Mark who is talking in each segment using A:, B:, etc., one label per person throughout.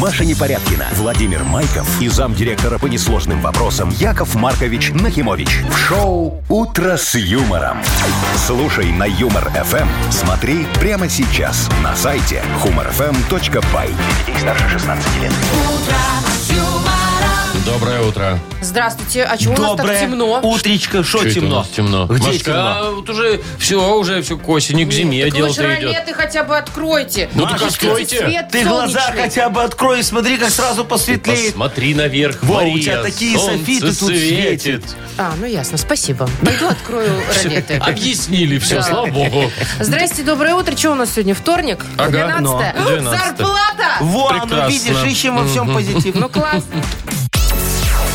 A: Маша Непорядкина, Владимир Майков и замдиректора по несложным вопросам Яков Маркович Нахимович. В шоу «Утро с юмором». Слушай на «Юмор-ФМ». Смотри прямо сейчас на сайте humorfm.by. Для детей старше 16 лет.
B: Доброе утро.
C: Здравствуйте. А чего у нас так
D: Доброе
C: темно?
D: утречко. Что
B: Чё это у
D: темно?
B: нас темно.
D: Где
B: Машка,
D: темно?
B: а, вот уже все, уже все к осени, к зиме
C: Так вы
B: дело-то идет.
C: ранеты хотя бы откройте.
B: Ну так
D: Машечка,
B: откройте.
C: Свет
D: Ты глаза
C: солнечный.
D: хотя бы открой и смотри, как сразу посветлеет.
B: Посмотри наверх,
D: Во, у
B: Мария,
D: тебя такие
B: солнце
D: софиты тут светит.
C: А, ну ясно, спасибо. Пойду открою ранеты.
D: А
B: Объяснили все, слава богу.
C: Здрасте, доброе утро. Что у нас сегодня, вторник?
B: Ага,
C: 12
B: ну, 12-е.
C: Зарплата!
D: Во,
B: Прекрасно.
D: ну видишь, ищем во всем позитив.
C: Ну класс.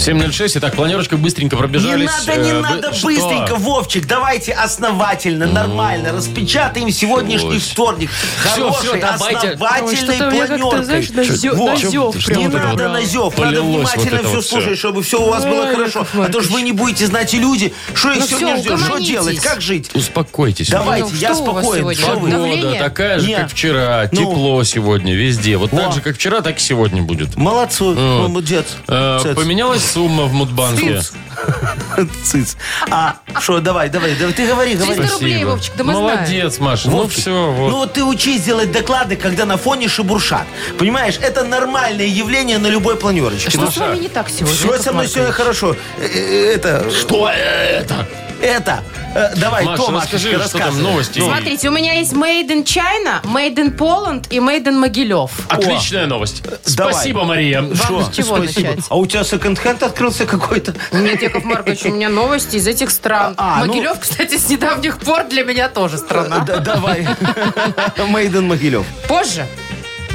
B: 7.06, итак, планерочка быстренько
D: Не
B: пробежались.
D: надо, не
B: Э,
D: надо,
B: бы- что? Ну.
D: быстренько, Вовчик, давайте основательно, нормально распечатаем сегодняшний
B: Вось.
D: вторник.
B: Всё, всё,
D: Хорошей,
B: давайте.
C: Ой,
D: основательной
C: что-то я как-то, знаешь,
D: планеркой.
C: назё-
D: Во,
C: назёв
B: чё-
C: прям.
D: Не
B: вот это
D: надо
B: вот
D: назев, надо
B: полилось вот
D: внимательно
B: это
D: все
B: вот всё.
D: слушать, чтобы все у вас было
C: Ой,
D: хорошо.
C: Яков
D: А то же вы
C: Маркович.
D: не будете знать и люди, что их
C: Ну
D: сегодня
C: всё,
D: ждет, что
C: угомонитесь.
D: делать, как жить.
B: Успокойтесь.
D: Давайте,
C: Ну,
D: я
C: что у вас
D: спокоен.
C: сегодня?
D: Что вы?
B: Погода
C: Давление?
B: такая же,
D: Не.
B: как вчера.
D: Ну.
B: Тепло сегодня везде. Вот так
D: Во.
B: же, как вчера, так и сегодня будет.
D: Молодцу,
B: Ну,
D: молодец.
B: Э,
D: Цец.
B: Поменялась сумма в Мудбанке?
D: Цыц. Цыц. А, что, давай, давай, давай, ты говори, говори.
C: 300 рублей, Вовчик, да мы знаем.
B: Молодец, Маша. Ну
D: Вовчик,
B: все,
D: Ну
B: вот.
D: вот ты учись делать доклады, когда на фоне шебуршат. Понимаешь, это нормальное явление на любой планерочке.
C: Что с вами не так сегодня?
D: Все
C: Яков
D: со мной сегодня
C: Маркович?
D: хорошо. Э, э, Это,
B: Что это?
D: это. Э, Давай,
B: Маша,
D: то,
B: расскажи,
D: Машечка,
B: что там
D: рассказывай.
B: новости.
D: Ну,
C: Смотрите, у меня есть Made in China, Made in Poland и Made in Могилев.
B: Отличная новость.
D: давай.
B: Спасибо, Мария.
C: Вам
D: что?
C: с чего
D: Спасибо.
C: начать?
D: А у тебя секонд-хенд открылся какой-то?
C: Нет, Яков Маркович, у меня новости из этих стран.
D: А, а, ну-
C: Могилев, кстати, с недавних пор для меня тоже страна.
D: Э, Да, Давай. Мейден Могилев.
C: Позже.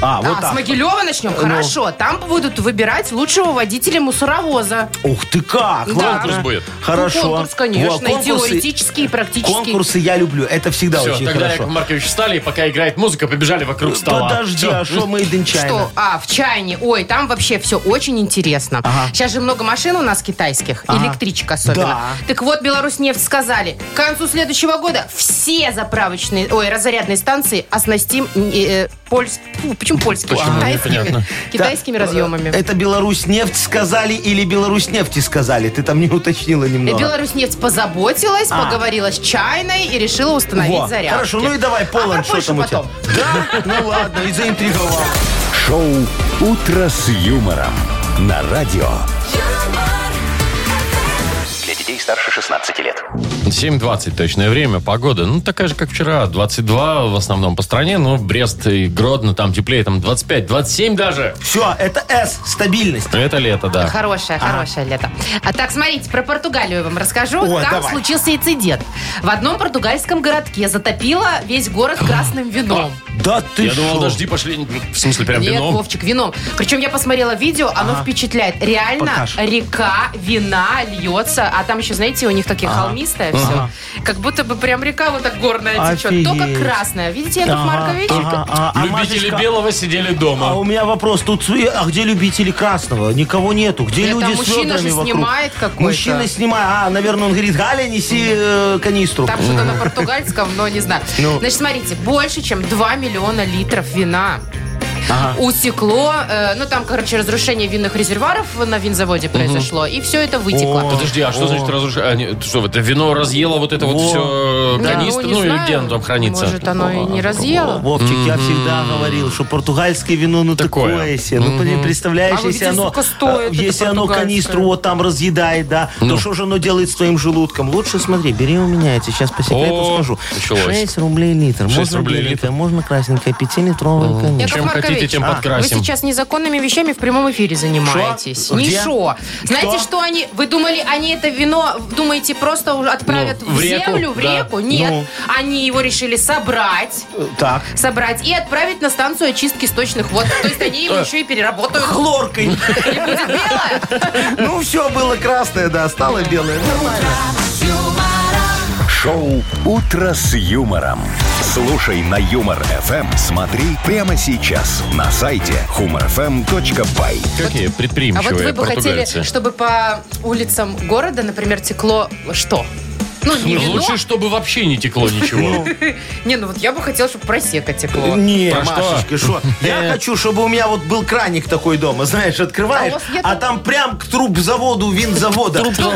D: А, вот Ну.
C: а, с
D: так.
C: Могилева начнем? Хорошо. Там будут выбирать лучшего водителя мусоровоза.
D: Ух ты как!
C: Да.
D: ладно.
B: Конкурс будет.
D: Хорошо.
C: Ну, конкурс, конечно.
D: Во, конкурсы-
C: И теоретический, и практический.
D: Конкурсы я люблю. Это всегда
B: Все,
D: очень
B: тогда Яков
D: хорошо.
B: Маркович встали, и пока играет музыка, побежали вокруг стола.
D: Подожди,
B: Всё.
D: а что Мейден
C: Что? А, в чайне. Ой, там вообще все очень интересно.
D: Ага.
C: Сейчас же много машин у нас китайских,
D: Ага.
C: электричек особенно.
D: Да.
C: Так вот, Беларусьнефть сказали, к концу следующего года все заправочные, ой, разрядные станции оснастим э, э, польс- фу, почему польскими?
B: Почему? Непонятно.
C: Китайскими, китайскими
D: Да.
C: разъемами.
D: Это Беларусь нефть сказали или Беларусь нефти сказали? Ты там не уточнила немного.
C: Беларусьнефть Э, позаботилась,
D: Ну, А.
C: поговорила с чайной и решила установить
D: Во,
C: заряд.
D: Хорошо, ну и давай,
C: А
D: Полон,
C: про
D: что
C: Польшу
D: там у тебя?
C: потом.
D: Да? Ну ладно, и заинтриговал.
A: Шоу «Утро с юмором» на радио. Для детей старше 16 лет.
B: 7.20 точное время, погода. Ну, такая же, как вчера. 22 в основном по стране, но Брест и Гродно там теплее, там 25, 27 даже.
D: Все, это С, стабильность.
B: Это лето, да.
C: Хорошее, хорошее лето. А так, смотрите, про Португалию я вам расскажу.
D: Ой,
C: Там
D: давай.
C: случился инцидент. В одном португальском городке затопило весь город красным вином.
D: Да ты
B: Я думал,
D: шо?
B: дожди пошли, в смысле, прям
C: Нет,
B: вином.
C: Вовчик, вином. Причем я посмотрела видео, оно впечатляет. Реально
D: Покажешь.
C: река, вина льется, а там еще, знаете, у них такие холмистое все. Как будто бы прям река вот так горная течет. Только
D: Офигеть.
C: красная. Видите, Яков Маркович?
D: Ага, а, а
B: Любители
D: Машечка-
B: белого сидели дома.
D: А у меня вопрос, тут сви- а где любители красного? Никого нету. Где
C: Это
D: люди с
C: мужчина
D: ведрами
C: же
D: вокруг?
C: снимает какой-то.
D: Мужчина снимает. А, наверное, он говорит, Галя, неси э, канистру.
C: Там что-то на португальском, но не знаю.
D: Ну.
C: Значит, смотрите, больше, чем 2 миллиона литров вина
D: Ага.
C: утекло. э, ну, там, короче, разрушение винных резервуаров на винзаводе произошло, и все это вытекло.
B: Подожди, а что
D: О.
B: значит разрушение? что, это вино разъело вот это вот
D: Во.
B: все
C: Да,
B: канистры?
C: не
B: Ну, и
C: знаю,
B: где оно там хранится?
C: Может, оно и не разъело.
D: Вовчик, я всегда говорил, что португальское вино, ну
B: Такое.
D: такое, себе. Ну, при- представляешь,
C: А вы
D: если
C: видите,
D: оно,
C: сколько стоит
D: э,
C: это
D: если оно
C: португальское?
D: канистру вот там разъедает, да,
B: Ну.
D: то что же оно делает с твоим желудком? Лучше смотри, бери у меня, я тебе сейчас по секрету
B: О,
D: скажу.
B: началось.
D: 6 рублей литр.
B: Шесть
D: можно
B: рублей
D: беленькое, можно красненькое, 5-литровое
C: Яков
B: Ну, Чем
C: Маркович,
B: хотите, тем
C: а,
B: подкрасим.
C: Вы сейчас незаконными вещами в прямом эфире занимаетесь.
D: Шо? Где?
C: Ничего. Знаете,
D: Что?
C: что они... Вы думали, они это вино, думаете, просто уже отправят
B: Ну, в
C: в
B: реку,
C: землю, в
B: да. Э,
C: реку? Нет.
D: Ну.
C: Они его решили собрать.
D: Так.
C: собрать и отправить на станцию очистки сточных вод. То есть они
B: Э,
C: его еще и переработают.
D: Хлоркой.
C: И будет белое.
D: Ну, все было красное, да, стало белое. Нормально.
A: Шоу «Утро с юмором». Слушай на Юмор ФМ. Смотри прямо сейчас на сайте humorfm.by.
B: Какие
C: А
B: предприимчивые
C: вот вы бы хотели,
B: португальцы.
C: чтобы по улицам города, например, текло что? Ну, не
B: Ну,
C: вино.
B: Лучше, чтобы вообще не текло ничего.
C: Не, ну вот я бы хотела, чтобы просека текло.
D: Э, Не,
B: Про что?
D: Машечка, что? Э. Я хочу, чтобы у меня вот был краник такой дома, знаешь, открываешь,
C: А у вас нет?
D: а там прям к трубзаводу, винзавода.
B: Воду?
C: Труб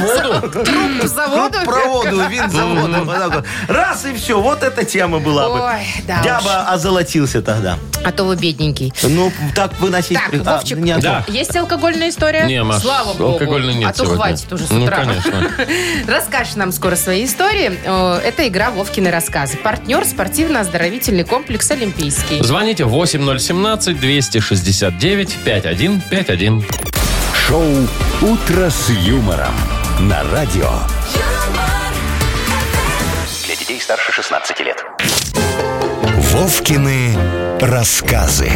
C: заводу?
D: К проводу, винзавода. вот так вот. Раз и все, вот эта тема была бы.
C: Ой, да
D: Я
C: уж.
D: бы озолотился тогда.
C: А то вы бедненький.
D: Ну, так выносить...
C: Так,
D: при- а,
C: Вовчик,
D: не о том.
B: Да.
C: Есть алкогольная история?
B: Не, Маш,
C: Слава богу.
B: алкогольной нет
C: А то
B: сегодня.
C: хватит уже с
B: Ну,
C: утра.
B: конечно.
C: Расскажешь нам скоро свои истории. Э, Это игра «Вовкины рассказы». Партнер спортивно-оздоровительный комплекс «Олимпийский».
B: Звоните 8017-269-5151.
A: Шоу «Утро с юмором» на радио.
E: Для детей старше 16 лет.
A: Вовкины рассказы.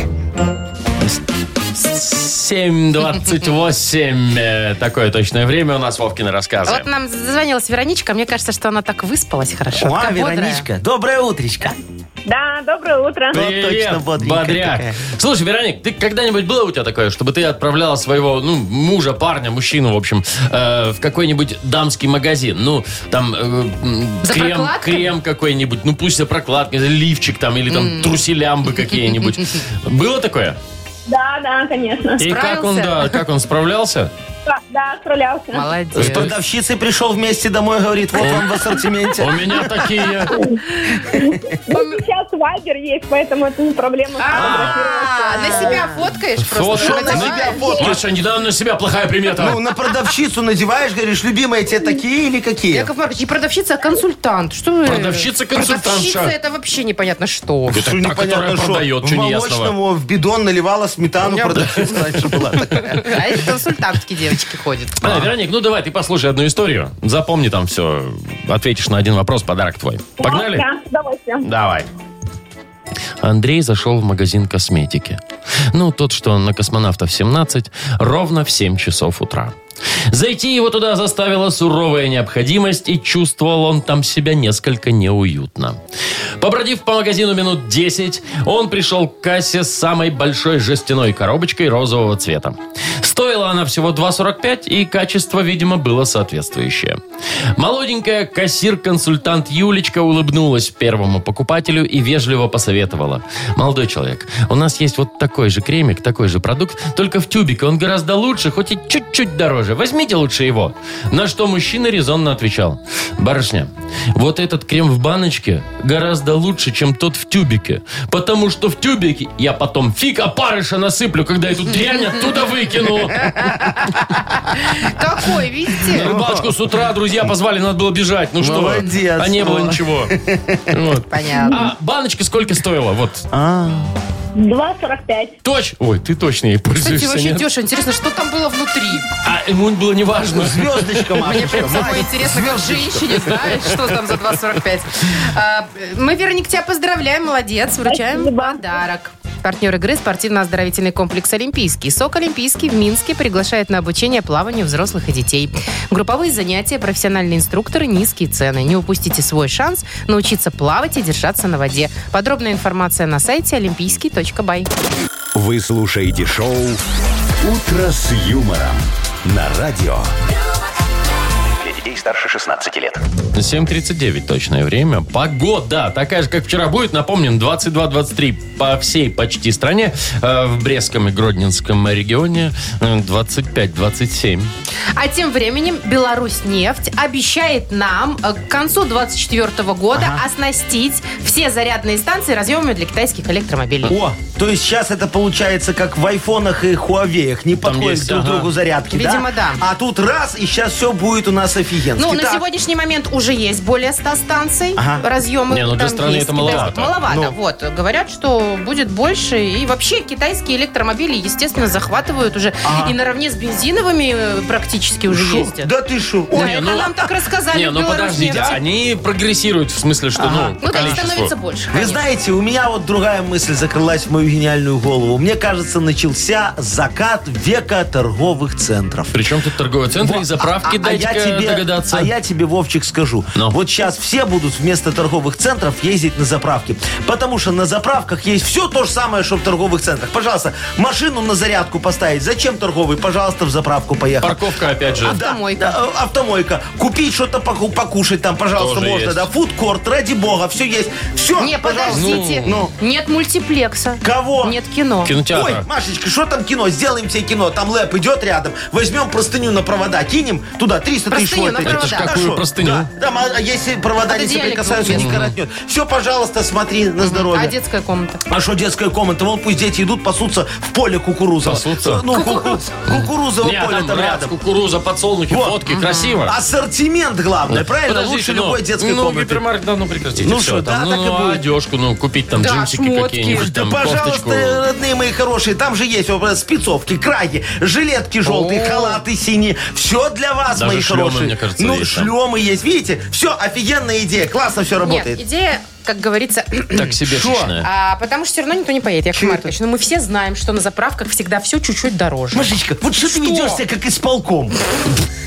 B: 7.28. э, Такое точное время у нас Вовкины
C: А
B: рассказы.
C: Вот нам зазвонилась Вероничка. Мне кажется, что она так выспалась хорошо.
D: О, а,
C: Такая бодрая.
D: Вероничка, доброе утречко.
F: Да, доброе утро.
D: Вот точно, бодренькая
B: бодряк.
D: такая.
B: Слушай, Вероник, ты когда-нибудь было у тебя такое, чтобы ты отправляла своего, ну, мужа, парня, мужчину, в общем, э, в какой-нибудь дамский магазин? Ну, там э, м,
C: За
B: крем,
C: прокладками?
B: крем какой-нибудь, ну, пусть за прокладки, за лифчик там, или там труселямбы какие-нибудь. Было такое?
F: Да, да, конечно.
B: И как он,
C: Справился?
B: да, как он справлялся?
F: Да, Да, отправлялся.
D: С
C: Молодец.
D: Э, продавщицей пришел вместе домой, говорит, вот вам в
B: У
D: ассортименте.
B: меня такие...
F: Но Ну, сейчас вайбер есть, поэтому это не проблема.
C: А, на себя фоткаешь просто?
B: Фото-
D: на
B: Ну,
D: себя
C: надеваешь?
D: фоткаешь?
B: Маша, недавно на себя плохая примета.
D: Ну, на продавщицу надеваешь, говоришь, любимая, тебе такие или какие?
C: Яков Маркович, не продавщица, а консультант. Что вы-
B: Продавщица-консультантша.
C: Продавщица это вообще непонятно что.
B: Это
D: Что
B: та, которая
D: что.
B: продает,
D: в
B: что
D: молочном
B: неясного.
D: о, в бидон наливала сметану, продавщица раньше была. такая.
C: А это консультантки девочки ходят.
B: А, Вероник, ну давай, ты послушай одну историю. Запомни там все. Ответишь на один вопрос, подарок твой. Погнали?
F: Да, с удовольствием.
B: Давай. Андрей зашел в магазин косметики. Ну, тот, что на космонавтов 17, ровно в 7 часов утра. Зайти его туда заставила суровая необходимость, и чувствовал он там себя несколько неуютно. Побродив по магазину минут 10, он пришел к кассе с самой большой жестяной коробочкой розового цвета. Стоила она всего 2,45, и качество, видимо, было соответствующее. Молоденькая кассир-консультант Юлечка улыбнулась первому покупателю и вежливо посоветовала. «Молодой человек, у нас есть вот такой же кремик, такой же продукт, только в тюбике. Он гораздо лучше, хоть и чуть-чуть дороже. Возьмите лучше его». На что мужчина резонно отвечал. «Барышня, вот этот крем в баночке гораздо лучше, чем тот в тюбике. Потому что в тюбике я потом фиг опарыша насыплю, когда эту дрянь оттуда выкину».
C: Какой,
B: На
C: видите?
B: рыбачку с утра друзья позвали, надо было бежать. Ну что, вы.
D: Молодец,
B: а не было
D: ну.
B: ничего. Вот.
C: Понятно.
B: А баночка сколько стоила? Вот.
F: 2,45.
B: Точь. Ой, ты точно ей
C: Кстати,
B: пользуешься,
C: вообще
B: нет?
C: Теша, интересно, что там было внутри?
B: А ему было неважно.
D: ну, Звездочка,
C: Мне
D: Машечка.
C: прям самое
D: Маленькая
C: интересно, как
D: звездочка.
C: женщине, знаешь, что там за 2,45. А, Мы, Вероник, тебя поздравляем, молодец, вручаем
F: Спасибо.
C: подарок. Партнер игры спортивно-оздоровительный комплекс «Олимпийский». СОК «Олимпийский» в Минске приглашает на обучение плаванию взрослых и детей. Групповые занятия, профессиональные инструкторы, низкие цены. Не упустите свой шанс научиться плавать и держаться на воде. Подробная информация на сайте олимпийский.бай.
A: Вы слушаете шоу «Утро с юмором» на радио.
E: Для детей старше 16 лет.
B: 7.39 точное время. Погода такая же, как вчера будет. Напомним, 22-23 по всей почти стране. Э, В Брестском и Гродненском регионе э, 25-27.
C: А тем временем Беларусьнефть обещает нам э, к концу 2024 года оснастить все зарядные станции разъемами для китайских электромобилей.
D: О, то есть сейчас это получается как в айфонах и хуавеях. Не
B: есть,
D: подходят друг
B: ага.
D: другу зарядки,
C: Видимо, да.
D: А тут раз, и сейчас все будет у нас офигенно.
C: Ну, на сегодняшний момент уже есть более 100 станций,
D: Ага. Ну.
C: разъемы.
B: Не, ну для
C: там
B: страны
C: есть
B: это маловато.
C: китайские. Маловато, вот. Говорят, что будет больше. И вообще китайские электромобили, естественно, захватывают уже. И наравне с бензиновыми э, практически уже ездят.
D: Да ты А. шо?
C: Да,
D: Ой,
C: это
B: ну-
C: нам так рассказали
B: Не,
C: в
B: ну подождите,
C: Беларусьнефти.
B: они прогрессируют в смысле, что ну, по
C: Ну, так
B: количеству.
C: становится больше,
D: Вы
C: конечно.
D: знаете, у меня вот другая мысль закрылась в мою гениальную голову. Мне кажется, начался закат века торговых центров.
B: Причем тут торговый центр и заправки,
D: а, а я
B: дайте-ка
D: тебе
B: навидаться.
D: А я тебе, Вовчик, скажу.
B: Ну.
D: Вот сейчас все будут вместо торговых центров ездить на заправки. Потому что на заправках есть все то же самое, что в торговых центрах. Пожалуйста, машину на зарядку поставить. Зачем торговый? Пожалуйста, в заправку поехал.
B: Парковка опять же.
D: Да,
C: Автомойка.
D: да, э, автомойка. Купить что-то поку- покушать там, пожалуйста,
B: Тоже
D: можно.
B: есть.
D: Да, фудкорт, ради бога, все есть. Все,
C: Не, подождите.
D: Ну,
C: Нет мультиплекса.
D: Кого?
C: Нет кино.
D: Ой,
B: Кинотеатр.
D: Машечка, что там кино? Сделаем тебе кино. Там лэп идет рядом. Возьмем простыню на провода, кинем туда 300 тысяч
C: Простыню
D: вольт.
C: на Это ж провода.
B: какую
D: Хорошо.
B: простыню?
D: Да, там, а если провода
C: От
D: не
C: одеяльника
D: соприкасаются, не
C: будет.
D: коротнет. Все, пожалуйста, смотри на здоровье.
C: А детская комната?
D: А что детская комната? Вон пусть дети идут пасутся в поле кукурузово.
B: Пасутся?
D: Ну, куку- кукурузово
B: Не, а
D: поле
B: там
D: там
B: ряд,
D: рядом.
B: кукуруза, подсолнухи,
D: Вот. А
B: фотки, красиво.
D: Ассортимент главное, правильно?
B: Подождите,
D: Лучше
B: ну,
D: любой детской
B: ну,
D: комнаты.
B: гипермаркет, да, ну прекратите.
D: Ну
B: всё
D: что,
B: там,
D: да,
B: ну,
D: так и
B: ну,
D: будет.
B: одежку, ну купить там
C: Да,
B: джинсики
C: шмотки.
B: какие-нибудь,
D: Да,
B: там
D: пожалуйста, э,
B: кофточку.
D: родные мои хорошие, там же есть вот, э, спецовки, краги, жилетки желтые,
B: О.
D: халаты синие. Все для вас,
B: Даже
D: мои
B: шлемы,
D: хорошие.
B: мне кажется,
D: ну,
B: есть там.
D: шлемы есть, видите? Все, офигенная идея, классно все работает.
C: Нет, идея, как говорится,
B: Так себе шишная.
C: а, потому что все равно никто не поедет, Яков
D: Чего
C: Маркович. Но мы все знаем, что на заправках всегда все чуть-чуть дороже.
D: Машечка, вот что ты ведешься, как исполком?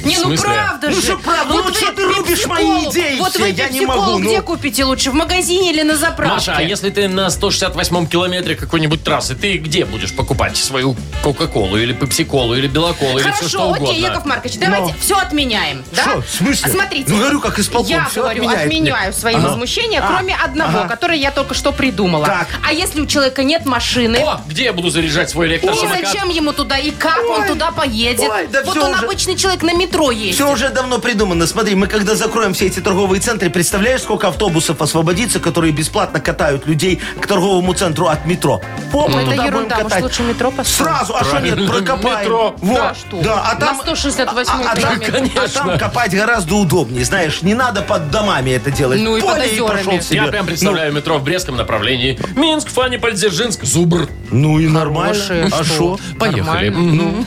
C: Не, ну
B: смысле?
C: правда
D: Ну
C: же.
D: что правда? Ну вот
C: вы
D: что ты рубишь мои
C: пепси-колу-
D: идеи
C: Вот
D: все?
C: вы
D: Я не
C: пепси-колу
D: могу, ну.
C: где купите лучше? В магазине или на заправке?
B: Маша, а если ты на 168-м километре какой-нибудь трассы, ты где будешь покупать свою Кока-Колу или Пепси-Колу или Белоколу или все что
C: Хорошо,
B: угодно?
C: окей, Яков Маркович, давайте
D: Но.
C: все отменяем. Да?
D: Что, в смысле?
C: Смотрите.
D: Ну, говорю, как исполком,
C: Я
D: всё
C: говорю,
D: отменяет. А,
C: отменяю свои возмущения, кроме одного, которое я только что придумала.
D: Так.
C: А если у человека нет машины,
B: О, где я буду заряжать свой
C: и
B: электросамокат?
C: зачем ему туда, и как он
D: Ой.
C: туда поедет?
D: Ой, да
C: вот
D: всё
C: он
D: уже.
C: обычный человек на метро ездит.
D: Все уже давно придумано. Смотри, мы когда закроем все эти торговые центры, представляешь, сколько автобусов освободится, которые бесплатно катают людей к торговому центру от метро. О, мы
C: Ну, это
D: туда будем
C: ерунда, может
D: катать.
C: лучше метро построим?
D: Сразу, а что нет,
B: Правильно,
D: прокопаем.
B: метро.
D: Вот.
C: Да, что вы.
D: а
C: На
D: там,
C: 168-м
D: а, а там-
C: километре.
D: а
B: Конечно.
D: там копать гораздо удобнее, знаешь, не надо под домами это делать.
C: Ну и под
D: Поле
C: озерами.
D: пошел себе. Ну,
B: Я прям представляю метро в Брестском направлении. Минск, Фанипаль, Дзержинск, Зубр.
D: Ну, ну и нормально. А что?
B: Поехали. М, ну.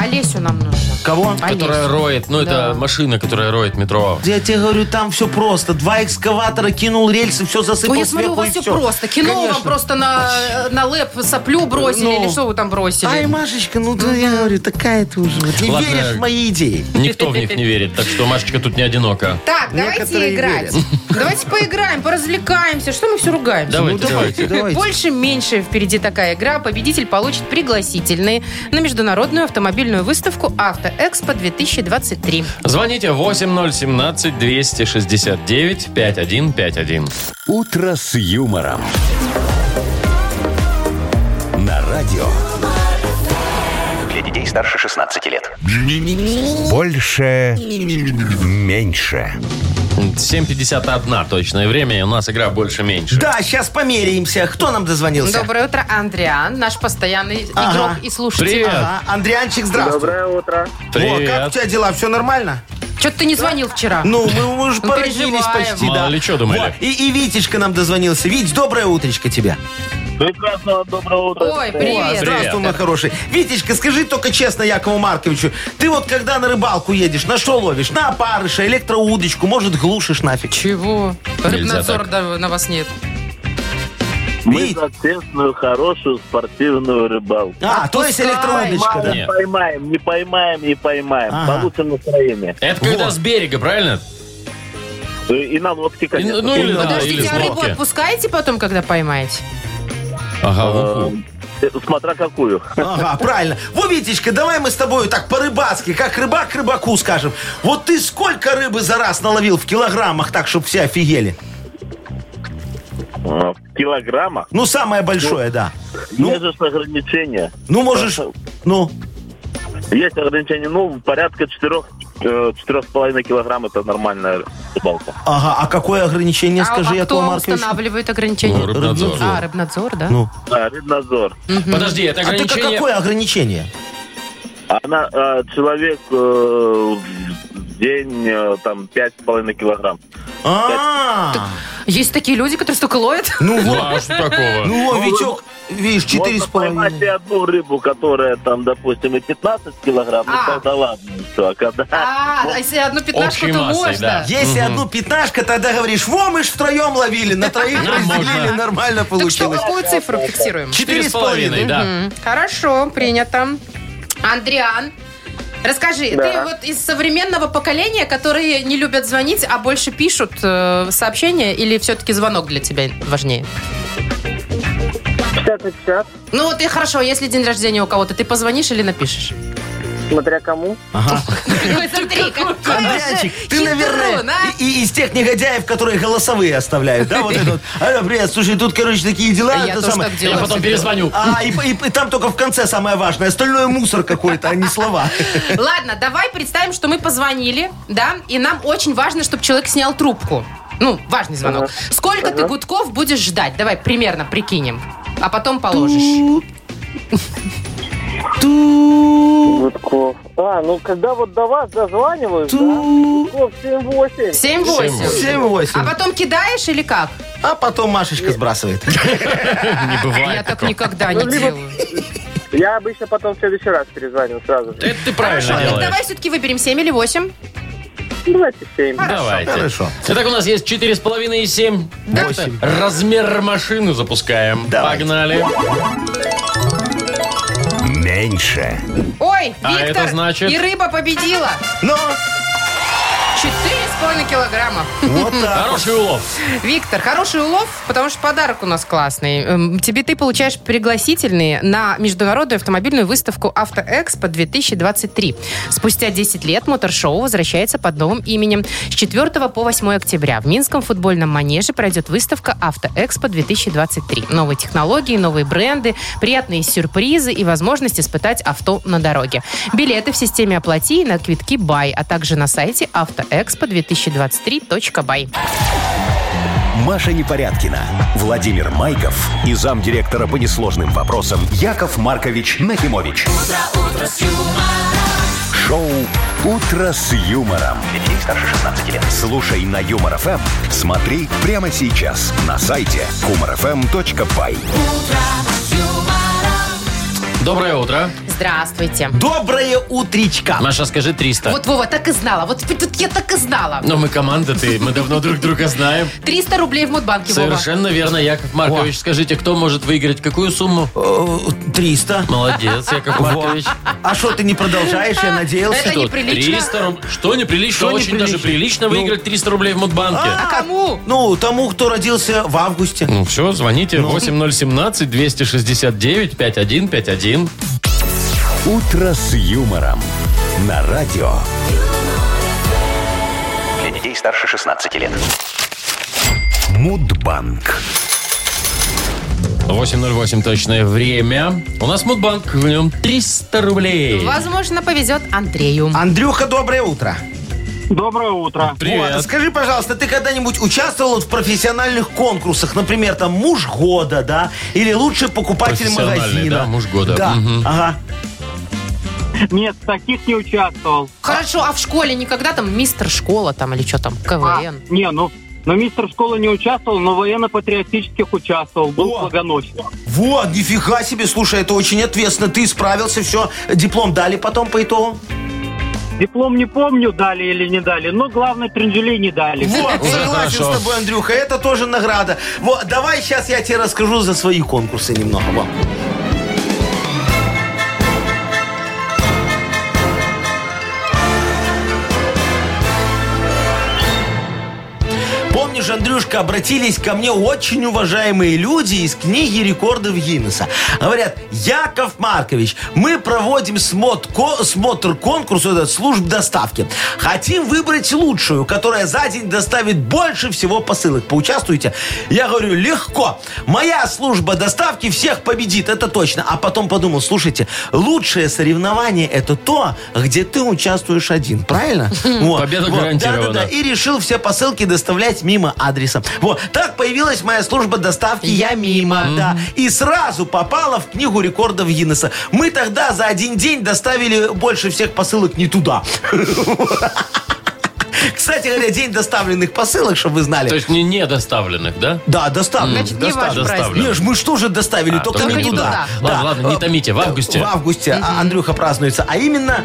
C: Олесю нам нужно.
D: Кого?
C: Олесю.
B: Которая роет, ну
C: Да.
B: это машина, которая роет метро.
D: Я тебе говорю, там все просто. Два экскаватора кинул рельсы, все засыпал
C: Ой, я смотрю, у
D: сверху,
C: вас
D: и
C: все
D: всё.
C: просто. Кино вам
D: Конечно.
C: просто на, на лэп соплю бросили
D: Ну.
C: или что вы там бросили?
D: Ай, Машечка, ну ты, я говорю, такая ты уже. Вот не
B: Ладно.
D: веришь в мои идеи.
B: Никто в них не верит, так что Машечка тут не одинока.
C: Так, давайте
D: Некоторые
C: играть. Давайте поиграем, поразвлекаемся. Что мы все ругаемся?
B: Давайте,
D: ну, давайте,
B: давайте.
D: давайте.
C: Больше-меньше впереди такая игра. Победитель получит пригласительные на международную автомобильную выставку «Автоэкспо-2023».
B: Звоните 8017-269-5151.
A: «Утро с юмором». На радио
E: Для детей старше 16 лет.
A: «Больше, меньше».
B: 7.51 точное время, и у нас игра больше-меньше.
D: Да, сейчас померяемся. Кто нам дозвонился?
C: Доброе утро, Андриан, наш постоянный
D: Ага.
C: игрок и слушатель.
B: Привет.
D: Ага, А, Андрианчик, здравствуй.
G: Доброе утро.
D: О,
B: Привет.
D: как у тебя дела? Все нормально?
C: Что-то ты не звонил вчера.
D: Ну, мы, мы уже
C: Ну,
D: породились
C: переживаем.
D: почти,
B: Мало
D: да.
B: ли чё думали.
D: Во, И, и Витечка нам дозвонился. Вить, доброе утречко тебе.
G: Прекрасного доброго утра.
C: Ой, привет.
D: Здравствуй, мой хороший. Витечка, скажи только честно Якову Марковичу, ты вот когда на рыбалку едешь, на что ловишь? На опарыша, электроудочку, может, глушишь нафиг.
C: Чего?
B: Нельзя
C: Рыбнадзора да- на вас нет.
G: Мы
D: Вить.
G: за честную, хорошую спортивную рыбалку.
D: А, то есть
C: Отпускай,
D: электроудочка,
G: Мало
D: да?
B: Нет.
G: поймаем, не поймаем, не поймаем.
D: Ага.
G: Получим настроение. Ну
B: Это когда
D: Вот.
B: с берега, правильно?
G: И и на лодке, конечно.
B: ну или- да, или
C: Подождите, а
B: с
C: рыбу
B: лодки.
C: отпускаете потом, когда поймаете?
B: Ага,
G: Э,
B: уху.
G: э, Смотря какую. Э,
D: Ага, правильно. Во, Витечка, давай мы с тобой так по-рыбацки, как рыбак рыбаку скажем. Вот ты сколько рыбы за раз наловил в килограммах, так, чтобы все офигели?
G: Э, В килограммах.
D: Ну, самое большое, да.
G: Есть
D: Ну,
G: же ограничения.
D: ну, можешь... Ну,
G: Есть ограничения, ну, порядка четырех, э, четырех с половиной килограмм это нормальная рыбалка.
D: ага, а какое ограничение,
C: А-
D: скажи,
C: а,
D: я
C: кто
D: Якова
C: вам
D: Маркович?
C: устанавливает ограничения?
D: э,
B: Ну, рыбнадзор.
C: А, рыбнадзор, да?
D: Ну,
G: Да, Рыбнадзор.
B: Подожди, это
D: а ты как-
B: ограничение...
D: какое ограничение?
G: Она э, человек э, в день э, там пять с половиной килограмм.
D: А,
C: Есть такие люди, которые столько ловят?
D: ну
B: Ну,
D: вот,
B: а что такого?
D: ну вот, Витек, видишь, четыре с
G: Можно поймать и
D: половиной.
G: одну рыбу, которая там, допустим, и 15 килограмм, ну
C: А.
G: тогда ладно еще. А когда...
C: А, а если одну пятнашку,
B: Общей
C: то
B: массой, да.
C: можно.
D: Если одну пятнашка, тогда говоришь, во, мы ж втроем ловили, на троих
B: Нам можно.
D: разделили, нормально
C: Так что,
D: получилось.
C: какую цифру фиксируем?
B: Четыре с половиной, да.
C: М, Хорошо, принято. Андриан, Расскажи,
G: Да.
C: ты вот из современного поколения, которые не любят звонить, а больше пишут э, сообщения, или все-таки звонок для тебя важнее?
H: 50 на 50,
C: Ну вот и хорошо, если день рождения у кого-то, ты позвонишь или напишешь?
H: смотря кому.
D: Ага.
C: Какой, Смотри, какой же
D: Андрянчик, ты,
C: хитрун,
D: наверное,
C: а?
D: и, и из тех негодяев, которые голосовые оставляют, да? Вот это вот. Алло, привет, слушай, тут, короче, такие дела.
C: А Я
D: это
C: тоже
D: самое.
C: так делаю.
B: Я потом перезвоню.
D: А, и, и- и там только в конце самое важное. Остальное мусор какой-то, а не слова.
C: Ладно, давай представим, что мы позвонили, да, и нам очень важно, чтобы человек снял трубку. Ну, важный звонок. Сколько ты гудков будешь ждать? Давай примерно прикинем. А потом положишь.
H: Гудков. А, ну когда вот до вас дозванивают, да? Гудков 7-8.
B: Семь-восемь.
C: 7-8.
D: 7-8.
C: А потом кидаешь или как?
D: А потом Машечка сбрасывает. А,
B: Не
C: Я
B: бывает
C: так
B: такого.
C: никогда не делаю. Ну,
H: Я обычно потом в следующий раз перезваниваю сразу же.
B: Это ты правильно
C: Так
B: делаешь.
C: давай все-таки выберем 7 или 8.
H: Ну, Давайте 7.
B: Давайте.
D: Хорошо.
B: Итак, у нас есть 4,5 и 7.
D: Восемь.
B: Размер машины запускаем.
D: Давайте.
B: Погнали.
A: Меньше.
C: Ой,
B: А
C: Виктор,
B: это значит?
C: и рыба победила.
D: Но
C: 4,5 килограмма.
D: вот так.
B: Хороший улов.
C: Виктор, хороший улов, потому что подарок у нас классный. Эм, Тебе ты получаешь пригласительные на международную автомобильную выставку «Автоэкспо-2023». Спустя 10 лет мотор-шоу возвращается под новым именем. С 4 по 8 октября в Минском футбольном манеже пройдет выставка «Автоэкспо-2023». Новые технологии, новые бренды, приятные сюрпризы и возможность испытать авто на дороге. Билеты в системе «Оплати» и на квитки «Бай», а также на сайте автоэкспо2023.бай.
A: Маша Непорядкина, Владимир Майков и замдиректора по несложным вопросам Яков Маркович Нахимович. Шоу Утро с юмором. Для детей старше 16 лет. Слушай на юмор ФМ. Смотри прямо сейчас на сайте humorfm.by.
B: Доброе утро.
C: Здравствуйте.
D: Доброе утречка.
B: Маша, скажи 300.
C: Вот, Вова, так и знала. Вот, вот я так и знала.
B: Но мы команда, ты, мы давно друг друга знаем.
C: 300 рублей в Мудбанке, Вова.
B: Совершенно верно, Яков Маркович. Скажите, кто может выиграть какую сумму?
D: Э, 300.
B: Молодец, Яков Маркович.
D: А что ты не продолжаешь? Я надеялся.
C: А, Это
B: Что,
C: неприлично?
B: 300 руб- Что неприлично?
D: Что
B: Очень даже
D: неприлично?
B: прилично
D: Ну.
B: выиграть 300 рублей в Мудбанке.
C: А кому?
D: Ну, тому, кто родился в августе.
B: Ну все, звоните 8017 269 5151.
A: Утро с юмором. На радио.
E: Для детей старше 16 лет.
A: Мудбанк.
B: 808 точное время. У нас Мудбанк, в нем 300 рублей.
C: Возможно, повезет Андрею.
B: А,
D: Андрюха, доброе утро.
H: Доброе утро.
B: Привет.
D: Вот, а скажи, пожалуйста, ты когда-нибудь участвовал в профессиональных конкурсах? Например, там муж года, да? Или лучший покупатель
B: Профессиональный,
D: магазина.
B: да, «Муж года».
D: Да.
B: Мгм.
D: Ага.
H: Нет, таких не участвовал.
C: Хорошо, а в школе никогда там мистер школа там или что там, КВН?
B: А.
H: не, ну... Но мистер школы не участвовал, но военно-патриотических участвовал, был
D: О.
H: флагоносцем.
D: Вот, нифига себе, слушай, это очень ответственно. Ты справился, все, диплом дали потом по итогу.
H: Диплом не помню, дали или не дали, но главное, тренджелей не дали.
D: Вот,
B: Уже
D: согласен
B: хорошо.
D: с тобой, Андрюха, это тоже награда. Вот, давай сейчас я тебе расскажу за свои конкурсы немного. во. Помнишь, Андрюшка, обратились ко мне очень уважаемые люди из книги рекордов Гиннесса. Говорят, Яков Маркович, мы проводим смот- ко- смотр конкурс вот этот, служб доставки. Хотим выбрать лучшую, которая за день доставит больше всего посылок. Поучаствуйте. Я говорю, легко. Моя служба доставки всех победит, это точно. А потом подумал, слушайте, лучшее соревнование это то, где ты участвуешь один, правильно? Вот,
B: Победа
D: вот.
B: гарантирована.
D: Да-да-да. И решил все посылки доставлять мимо адреса. Вот. Так появилась моя служба доставки «Я мимо». Да. И сразу попала в книгу рекордов Гиннесса. Мы тогда за один день доставили больше всех посылок не туда. Кстати говоря, день доставленных посылок, чтобы вы
B: То
D: знали.
B: есть не недоставленных, да?
D: Да, доставленных.
C: Значит, не ваш
D: доставленных.
B: Доставлю.
C: праздник.
D: Не, ж мы что же доставили,
B: А,
D: только,
B: только
D: не
B: не
D: туда.
C: туда.
B: Ладно, ладно, не
D: Э,
B: томите, в августе.
D: В августе, а Андрюха празднуется, а именно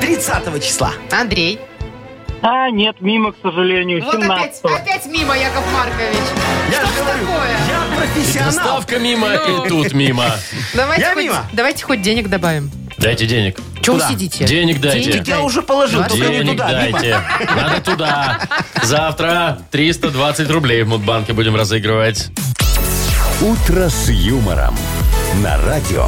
D: 30 числа.
C: Андрей.
H: А, нет, мимо, к сожалению,
C: Вот опять,
H: 17
C: опять мимо, Яков Маркович.
D: Я
C: Что
D: же
C: ж
D: говорю,
C: такое?
D: я профессионал.
C: Ну.
B: Доставка мимо и тут мимо.
C: Давайте
D: Я
C: хоть-
D: мимо.
C: Давайте хоть денег добавим.
B: Дайте денег.
C: Чего вы
D: Куда?
C: сидите?
B: Денег дайте.
C: Денег
D: Я
C: дайте.
D: уже положил,
C: Двадцать
D: Ну, только не
B: Денег
D: туда, Вова.
B: дайте. Надо туда. Завтра 320 рублей в Мудбанке будем разыгрывать.
A: «Утро с юмором» на радио.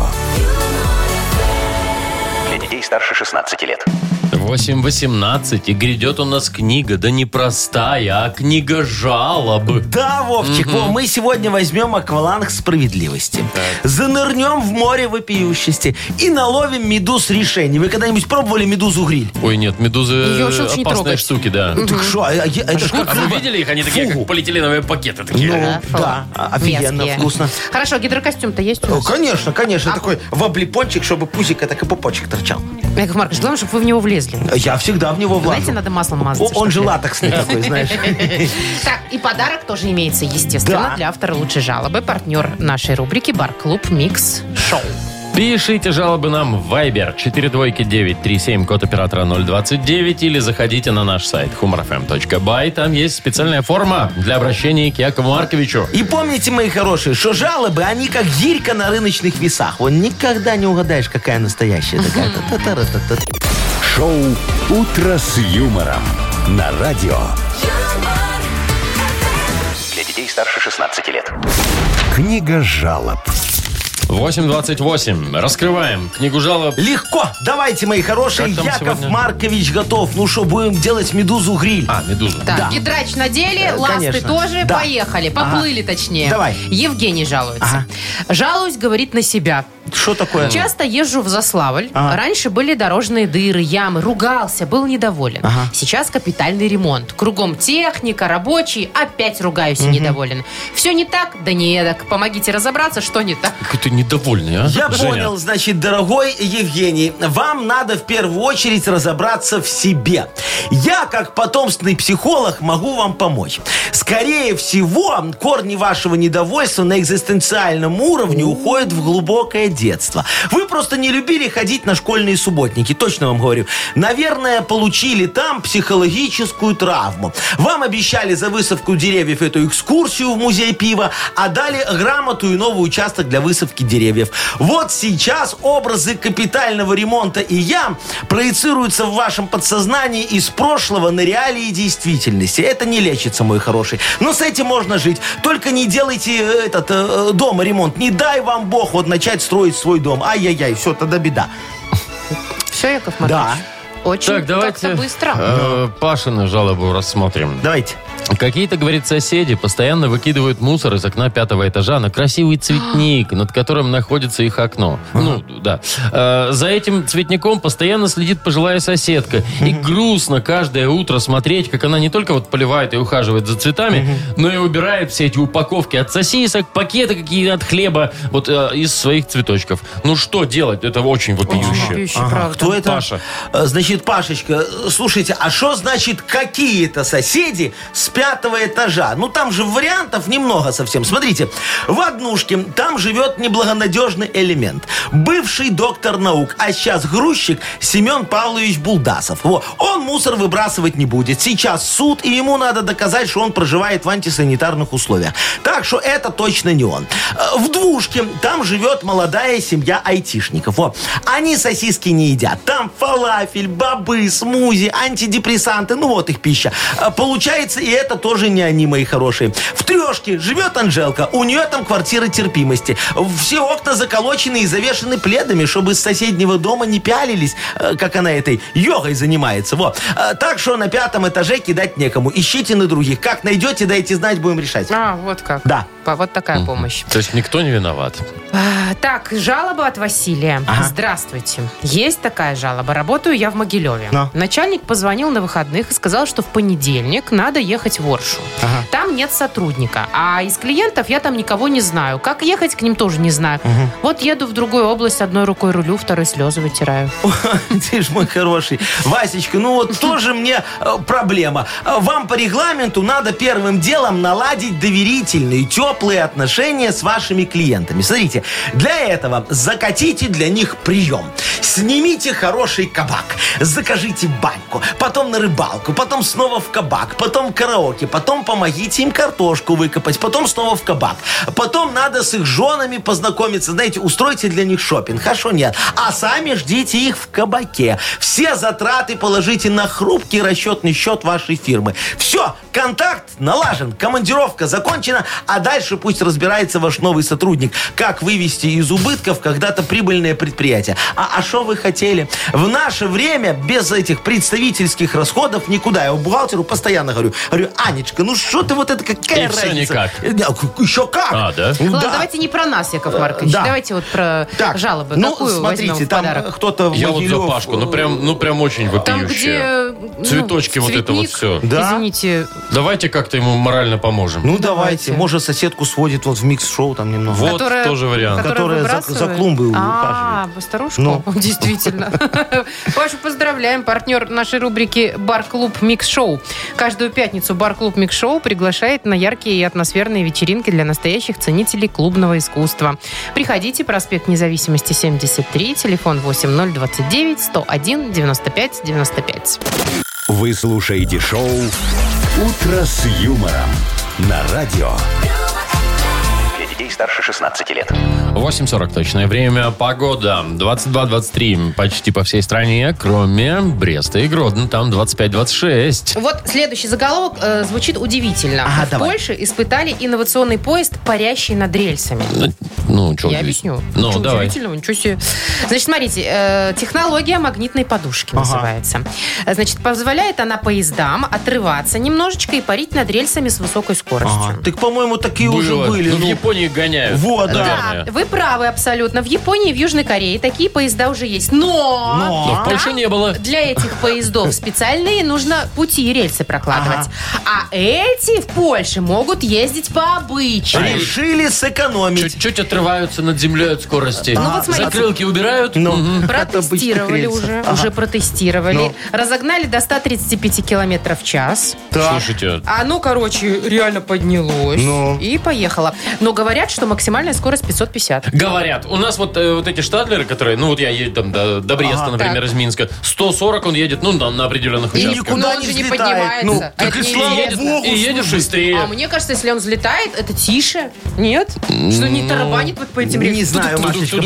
E: Для детей старше 16 лет.
B: 8.18. И грядет у нас книга. Да не простая, а книга жалоб.
D: Да, Вовчик, во, мы сегодня возьмем акваланг справедливости. Занырнем в море вопиющести и наловим медуз решений. Вы когда-нибудь пробовали медузу гриль?
B: Ой, нет, медузы
C: Ее вообще лучше не
B: опасные
C: трогать.
B: штуки, да.
D: Так что, а, а, это ж как
B: А вы
D: рыба.
B: видели их? Они такие,
D: Фу.
B: как полиэтиленовые пакеты. Такие.
D: Ну, да, а- офигенно,
C: Мерзкие. А
D: вкусно. Э,
C: Хорошо, гидрокостюм-то есть у
D: О,
C: нас?
D: Конечно, конечно, такой воблипончик, чтобы пузика так и пупочек торчал.
C: Яков Маркович, главное, чтобы вы в него влезли.
D: Я всегда в него влажу.
C: Знаете, надо маслом мазать.
D: О, Он
C: чтоб
D: же
C: не-
D: латексный такой, знаешь.
C: Так, и подарок тоже имеется, естественно,
D: Да.
C: для автора лучшей жалобы. Партнер нашей рубрики «Бар-клуб Микс Шоу».
B: Пишите жалобы нам в Viber 42937, код оператора 029, или заходите на наш сайт humorfm.by. Там есть специальная форма для обращения к Якову Марковичу.
D: И помните, мои хорошие, что жалобы, они как гирька на рыночных весах. Вон никогда не угадаешь, какая настоящая такая. Та-та-та-та-та.
A: Шоу «Утро с юмором» на радио.
I: юмор,
E: Для детей старше 16 лет.
A: Книга жалоб.
B: 8.28. Раскрываем книгу жалоб.
D: Легко. Давайте, мои хорошие.
B: Как там
D: Яков
B: сегодня?
D: Маркович готов. Ну что, будем делать медузу гриль.
B: А, медузу.
C: Так, гидрач надели, ласты
D: Э, конечно.
C: тоже,
D: Да.
C: поехали, поплыли точнее.
D: Давай.
C: Евгений жалуется.
D: Ага.
C: Жалуюсь, говорит, на себя.
D: Что такое?
C: Часто езжу в Заславль.
D: Ага.
C: Раньше были дорожные дыры, ямы. Ругался, был недоволен.
D: Ага.
C: Сейчас капитальный ремонт. Кругом техника, рабочие. Опять ругаюсь и недоволен. Все не так? Да не так. Помогите разобраться, что не так.
B: Какой ты недовольный, а?
D: Я
B: Женя.
D: понял, значит, дорогой Евгений, вам надо в первую очередь разобраться в себе. Я, как потомственный психолог, могу вам помочь. Скорее всего, корни вашего недовольства на экзистенциальном уровне уходят в глубокое детство. Вы просто не любили ходить на школьные субботники, точно вам говорю. Наверное, получили там психологическую травму. Вам обещали за высадку деревьев эту экскурсию в музей пива, а дали грамоту и новый участок для высадки деревьев. Вот сейчас образы капитального ремонта и ям проецируются в вашем подсознании из прошлого на реалии действительности. Это не лечится, мой хороший. Но с этим можно жить. Только не делайте э, этот э, дома ремонт. Не дай вам бог вот начать строить свой дом. Ай-яй-яй, все, тогда беда.
C: Все, Яков
D: Да.
C: Маркович? Очень
B: Так, давайте
C: как-то быстро.
B: э, Пашину жалобу рассмотрим.
D: Давайте.
B: Какие-то, говорит, соседи постоянно выкидывают мусор из окна пятого этажа на красивый цветник, над которым находится их окно. Ну, да. Э, За этим цветником постоянно следит пожилая соседка. И грустно каждое утро смотреть, как она не только вот поливает и ухаживает за цветами, но и убирает все эти упаковки от сосисок, пакеты какие от хлеба, вот э, из своих цветочков. Ну, что делать? Это очень вопиюще.
C: Вопиюще, правда.
D: Кто это?
B: Паша.
D: Э, Значит, Пашечка, э, слушайте, а что значит какие-то соседи с пятого этажа? Ну, там же вариантов немного совсем. Смотрите, в однушке там живет неблагонадежный элемент. Бывший доктор наук, а сейчас грузчик Семен Павлович Булдасов. Во. Он мусор выбрасывать не будет. Сейчас суд, и ему надо доказать, что он проживает в антисанитарных условиях. Так что это точно не он. Э, В двушке там живет молодая семья айтишников. Во. Они сосиски не едят. Там фалафель, бобы, смузи, антидепрессанты. Ну вот их пища. А, Получается, и это тоже не они, мои хорошие. В трешке живет Анжелка. У нее там квартира терпимости. Все окна заколочены и завешены пледами, чтобы с соседнего дома не пялились, э, как она этой йогой занимается. Во. А, Так что на пятом этаже кидать некому. Ищите на других. Как найдете, дайте знать, будем решать.
C: А, вот как.
D: Да.
C: По- Вот такая помощь.
B: То есть никто не виноват.
C: А, Так, жалоба от Василия. Здравствуйте. Есть такая жалоба. Работаю я в Могилеве.
D: Ну.
C: Начальник позвонил на выходных и сказал, что в понедельник надо ехать в Оршу. Там нет сотрудника. А из клиентов я там никого не знаю. Как ехать к ним тоже не знаю. Вот еду в другую область, одной рукой рулю, второй слезы вытираю.
D: Ты ж мой хороший. Васечка, ну вот тоже мне э, проблема. Э, Вам по регламенту надо первым делом наладить доверительные, теплые отношения с вашими клиентами. Смотрите, для этого закатите для них прием. Снимите хороший кабак, закажите баньку, потом на рыбалку, потом снова в кабак, потом караоке, потом помогите идти им картошку выкопать, потом снова в кабак. Потом надо с их женами познакомиться. Знаете, устройте для них шопинг. Хорошо, нет. А сами ждите их в кабаке. Все затраты положите на хрупкий расчетный счет вашей фирмы. Все, контакт налажен, командировка закончена, а дальше пусть разбирается ваш новый сотрудник, как вывести из убытков когда-то прибыльное предприятие. А что вы хотели? В наше время без этих представительских расходов никуда. Я бухгалтеру постоянно говорю, говорю, Анечка, ну что ты вот это, какая
B: И всё
D: разница? Э,
B: никак.
D: Еще как.
B: А, да?
D: Ну,
C: Ладно,
D: да.
C: давайте не про нас, Яков Маркович.
D: да.
C: Давайте вот про
D: Так,
C: жалобы.
D: ну,
C: Какую возьмем
D: смотрите,
C: в
D: там
C: подарок?
D: кто-то в
B: Я вот за
D: Могилев,
B: Пашку, ну прям, ну прям очень
C: Там,
B: вопиющая.
C: где... ну,
B: Цветочки, вот это вот
C: цветник,
B: всё.
D: Да.
C: Извините,
B: Давайте как-то ему морально поможем.
D: Ну давайте.
C: Давайте.
D: может соседку сводит вот в микс-шоу там немного.
B: Вот
C: которая-
B: тоже вариант.
D: Которая за-
C: выбрасывает?
D: за клумбы
C: А, старушку?
D: Ну.
C: Действительно. Пашу, поздравляем. Партнер нашей рубрики «Бар-клуб Микс-шоу». Каждую пятницу «Бар-клуб Микс-шоу» приглашает на яркие и атмосферные вечеринки для настоящих ценителей клубного искусства. Приходите, проспект Независимости, 73, телефон 8029-101-95-95.
A: Вы слушаете шоу «Утро с юмором» на радио.
E: Для детей старше 16 лет.
B: 8.40 точное время, погода 22-23 почти по всей стране, кроме Бреста и Гродно, там 25-26.
C: Вот следующий заголовок э, звучит удивительно.
D: Ага,
C: в
D: давай.
C: Польше испытали инновационный поезд, парящий над рельсами.
B: Ну, что
C: Я объясню.
B: Ну,
C: Чё
B: давай.
C: удивительного, ничего себе. Значит, смотрите, э, технология магнитной подушки называется. Э, Значит, позволяет она поездам отрываться немножечко и парить над рельсами с высокой скоростью.
D: Ага. Так, по-моему, такие уже
B: Было.
D: были.
B: Ну, в
D: ну.
B: Японии гоняют.
D: Вот, да.
B: наверное.
C: Да, А, вы правы абсолютно. В Японии и в Южной Корее такие поезда уже есть. Но,
D: Но.
B: Но в Польше не было.
C: для этих поездов специальные нужно пути и рельсы прокладывать. А эти в Польше могут ездить по обычаю.
D: Решили сэкономить.
B: Чуть-чуть отрываются над землей от скорости.
C: Ну, вот смотрите.
B: Закрылки убирают.
D: Ну,
B: Мгм.
D: от обычных
C: Протестировали
D: рельсов.
C: уже,
D: Ага.
C: уже протестировали.
D: Ну.
C: Разогнали до 135 километров в час. А
D: Так.
B: Слушайте,
C: Оно, короче, реально поднялось
D: Ну.
C: и поехало. Но говорят, что максимальная скорость 550.
B: говорят, у нас вот, э, вот эти штадлеры, которые, ну вот я еду там до, до Бреста,
D: Ага.
B: например,
C: Так.
B: из Минска, 140 он едет, ну на, на определенных
D: И
B: участках.
D: никуда
C: Но он
D: не
C: же не
D: взлетает.
C: поднимается.
D: Ну,
C: Это
B: Так и
C: не
B: слава
C: вредно.
B: богу, и едешь быстрее.
C: А мне кажется, если он взлетает, это тише. Нет? Что не тарабанит вот по этим
D: Ну, Не
C: рельсам?
D: знаю, Машечка.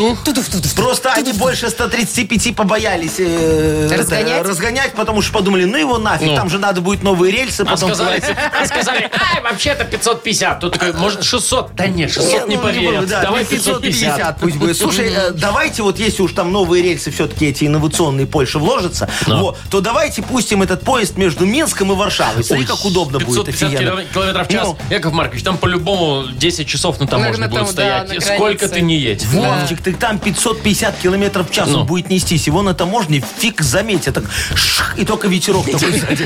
D: Просто они больше 135 побоялись э, это,
C: Разгонять?
D: разгонять, потому что подумали, ну его нафиг,
B: Ну.
D: там же надо будет новые рельсы.
B: А
D: потом
B: сказали,
D: класть.
B: а сказали, ай, вообще-то 550. Тут такой, может, 600? Да нет, 600 не
D: ну, буду,
B: поверят.
D: да,
B: Давай
D: 550
B: 550.
D: пусть будет. Слушай, э, давайте вот если уж там новые рельсы все-таки эти инновационные Польши вложатся, вот, то давайте пустим этот поезд между Минском и Варшавой. Смотри, как удобно будет.
B: 550
D: Офигенно.
B: кило- километров в час.
D: Ну.
B: Яков Маркович, там по-любому 10 часов на таможне
C: Наверное,
B: будут
C: там, да,
B: стоять.
C: на
B: Сколько
C: границе.
B: ты не едь.
D: Вовчик, ты там 550 километров в час
B: Ну.
D: он будет нестись. Его на таможне фиг заметит. Так шах, и только ветерок такой сзади.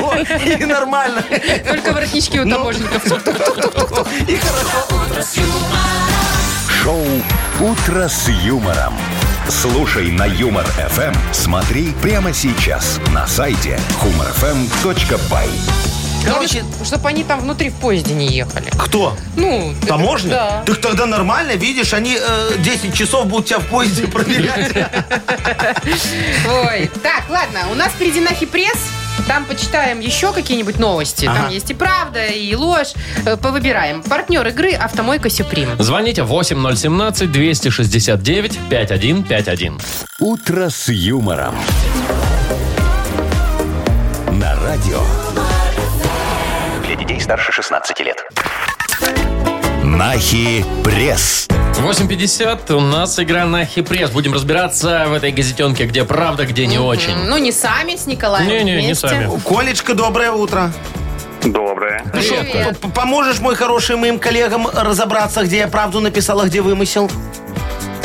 D: О, И нормально.
C: Только воротнички
D: Ну,
C: у таможенников.
D: И хорошо.
A: Шоу «Утро с юмором». Слушай на Юмор ФМ. Смотри прямо сейчас на сайте humorfm.by.
D: Короче,
C: Чтобы они там внутри в поезде не ехали.
D: кто?
C: Ну,
B: А
C: это-
D: Таможня?
C: Да.
D: Так тогда нормально, видишь, они э, 10 часов будут тебя в поезде проверять.
C: Ой, так, ладно, у нас впереди Нахи Пресс. Там почитаем еще какие-нибудь новости. Там
D: Ага.
C: есть и правда, и ложь. Э, Повыбираем. Партнер игры «Автомойка Сюприм».
B: Звоните 8017-269-5151.
A: «Утро с юмором». На радио.
E: Для детей старше 16 лет.
A: Нахи пресс.
B: 8.50 у нас игра на хипресс. Будем разбираться в этой газетенке, где правда, где не очень.
C: Ну, не сами с Николаем
B: Не-не, не
C: вместе.
B: сами.
D: Колечка, доброе утро.
G: Доброе.
C: Ну, Привет.
D: Э, П- Поможешь, мой хороший, моим коллегам разобраться, где я правду написал, а где вымысел?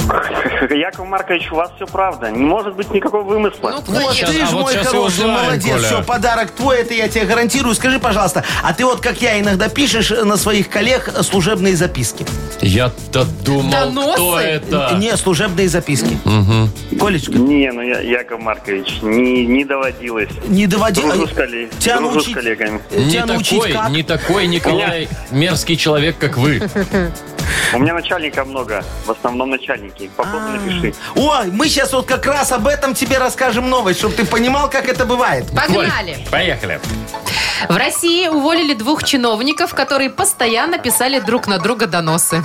H: Яков Маркович, у вас все правда. Не может быть никакого вымысла.
C: Ну,
D: Вот
C: конечно.
B: щас-
D: ты
B: а
D: ж
B: вот
D: мой
B: щас и
D: хороший,
B: узнаем,
D: молодец.
B: Коля.
D: Все, подарок твой, это я тебе гарантирую. Скажи, пожалуйста, а ты вот, как я иногда пишешь э, на своих коллег служебные записки?
B: Я-то думал,
C: Доносы?
B: кто это.
D: Не, служебные записки. Колечка,
H: Не, ну, Я- Яков Маркович, не, не доводилось.
D: не доводи...
H: Дружу
D: а,
H: с, коллег-
D: тебя
H: дружу с
D: научить-
H: коллегами.
B: Не
D: тебя научить
B: такой,
D: как?
B: не такой, Николай, мерзкий человек, как вы.
H: У меня начальника много, в основном начальники. Попробуй
D: А.
H: напиши.
D: О, мы сейчас вот как раз об этом тебе расскажем новость, чтобы ты понимал, как это бывает.
B: Коль,
C: Погнали.
B: Поехали.
C: В России уволили двух чиновников, которые постоянно писали друг на друга доносы.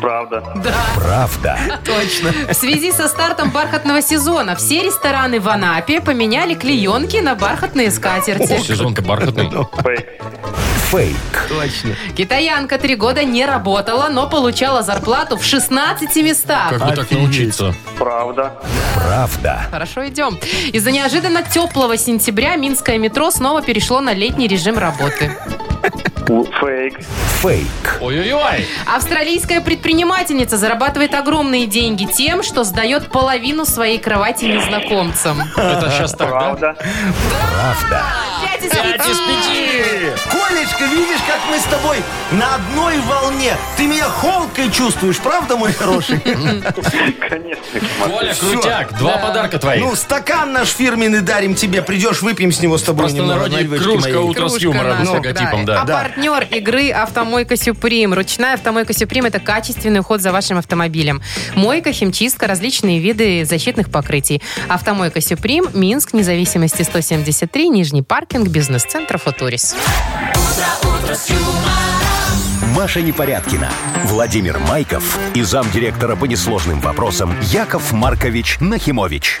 G: Правда.
A: Правда.
C: В связи со стартом бархатного сезона все рестораны в Анапе поменяли клеенки на бархатные скатерти.
B: Сезон-то бархатный.
G: Фейк.
A: Фейк.
D: Точно.
C: Китаянка три года не работала, но получала зарплату в 16 местах.
B: Как бы так
D: Офигеть.
B: научиться?
G: Правда.
A: Правда.
C: Хорошо, идем. Из-за неожиданно теплого сентября Минское метро снова перешло на летний режим работы.
G: У- Фейк.
A: Фейк.
B: Ой-ой-ой!
C: Австралийская предпринимательница зарабатывает огромные деньги тем, что сдает половину своей кровати незнакомцам.
B: Это сейчас так, да?
G: Правда.
C: Пять из пяти.
D: Колечка, видишь, как мы с тобой на одной волне. Ты меня холкой чувствуешь, правда, мой хороший?
G: Конечно.
B: Коля Крутяк, два подарка твоих.
D: Ну, стакан наш фирменный дарим тебе. Придешь, выпьем с него с тобой немного.
B: Простонародье
D: наливочки
B: кружка
D: моей.
B: утро с
C: Кружка
B: юмором
C: наша,
B: с логотипом,
C: А
B: да.
C: партнер игры «Автомойка Сюприм». Ручная «Автомойка Сюприм» — это качественный уход за вашим автомобилем. Мойка, химчистка, различные виды защитных покрытий. «Автомойка Сюприм», Минск, независимости 173, Нижний паркинг, бизнес-центр «Футурис».
A: Маша Непорядкина, Владимир Майков и замдиректора по несложным вопросам Яков Маркович Нахимович.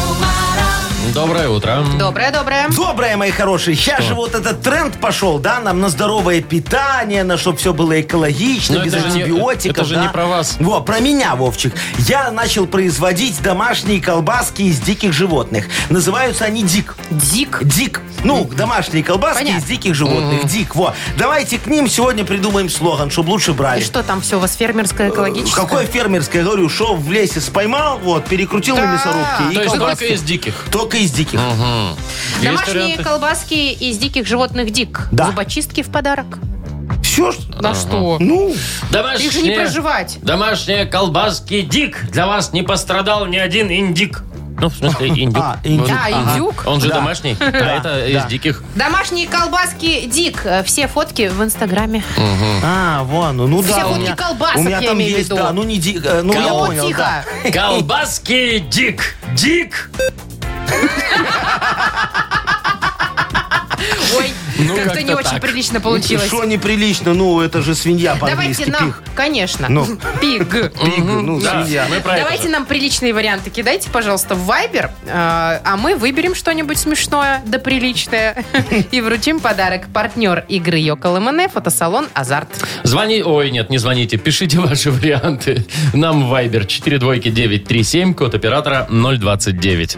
B: Доброе утро.
C: Доброе-доброе.
D: Доброе, мои хорошие. Сейчас же вот этот тренд пошел, да, нам на здоровое питание, на чтобы все было экологично,
B: Но
D: без
B: Ну, это же не-
D: антибиотиков.
B: это же
D: да.
B: не про вас.
D: Во, про меня, Вовчик. Я начал производить домашние колбаски из диких животных. Называются они дик.
C: Дик.
D: Дик. Ну, домашние колбаски
C: Понятно.
D: из диких животных. Дик, во. Давайте к ним сегодня придумаем слоган, чтобы лучше брали.
C: И что там все у вас фермерское, экологическое?
D: Какое фермерское? Я говорю, что в лесе споймал, вот, перекрутил на мясорубке. и
B: То есть
D: колбаски.
B: только из диких.
D: Только из диких.
B: Мгм. Есть
C: Домашние
B: варианты?
C: колбаски из диких животных дик.
D: Да.
C: Зубочистки в подарок.
D: Все,
C: Да что?
D: ну,
B: Домашние...
C: Их же не проживать.
B: Домашние колбаски Дик. Для вас не пострадал ни один индик. Ну, в смысле, индюк.
D: А, индюк.
B: Вот.
C: А,
B: Ага.
C: индюк?
B: Он же
D: Да.
B: домашний, а это из диких.
C: Домашние колбаски дик. Э, Все фотки в Инстаграме.
D: А, вон, ну ну
C: Все
D: да. у
C: фотки
D: меня-
C: колбасок,
D: У меня
C: я
D: там
C: имею в
D: есть,
C: виду.
D: да, ну не ди- э, ну я
C: О,
D: понял,
C: тихо.
D: да.
B: Колбаски Дик. Дик.
C: Ой,
B: Ну,
C: как-то
B: как-то
C: не очень
B: так.
C: прилично получилось.
D: Что неприлично, ну это же свинья по-английски.
C: Давайте нам,
D: пиг.
C: конечно,
D: Ну.
C: пиг.
D: Пиг, ну
B: Да,
D: свинья.
B: мы про это
C: Давайте
B: же.
C: нам приличные варианты кидайте, пожалуйста, в Viber, э, а мы выберем что-нибудь смешное да приличное и вручим подарок. Партнер игры Йокол МНФ, фотосалон «Азарт».
B: Звони... Ой, нет, не звоните. Пишите ваши варианты. Нам в Viber 42937, код оператора 029.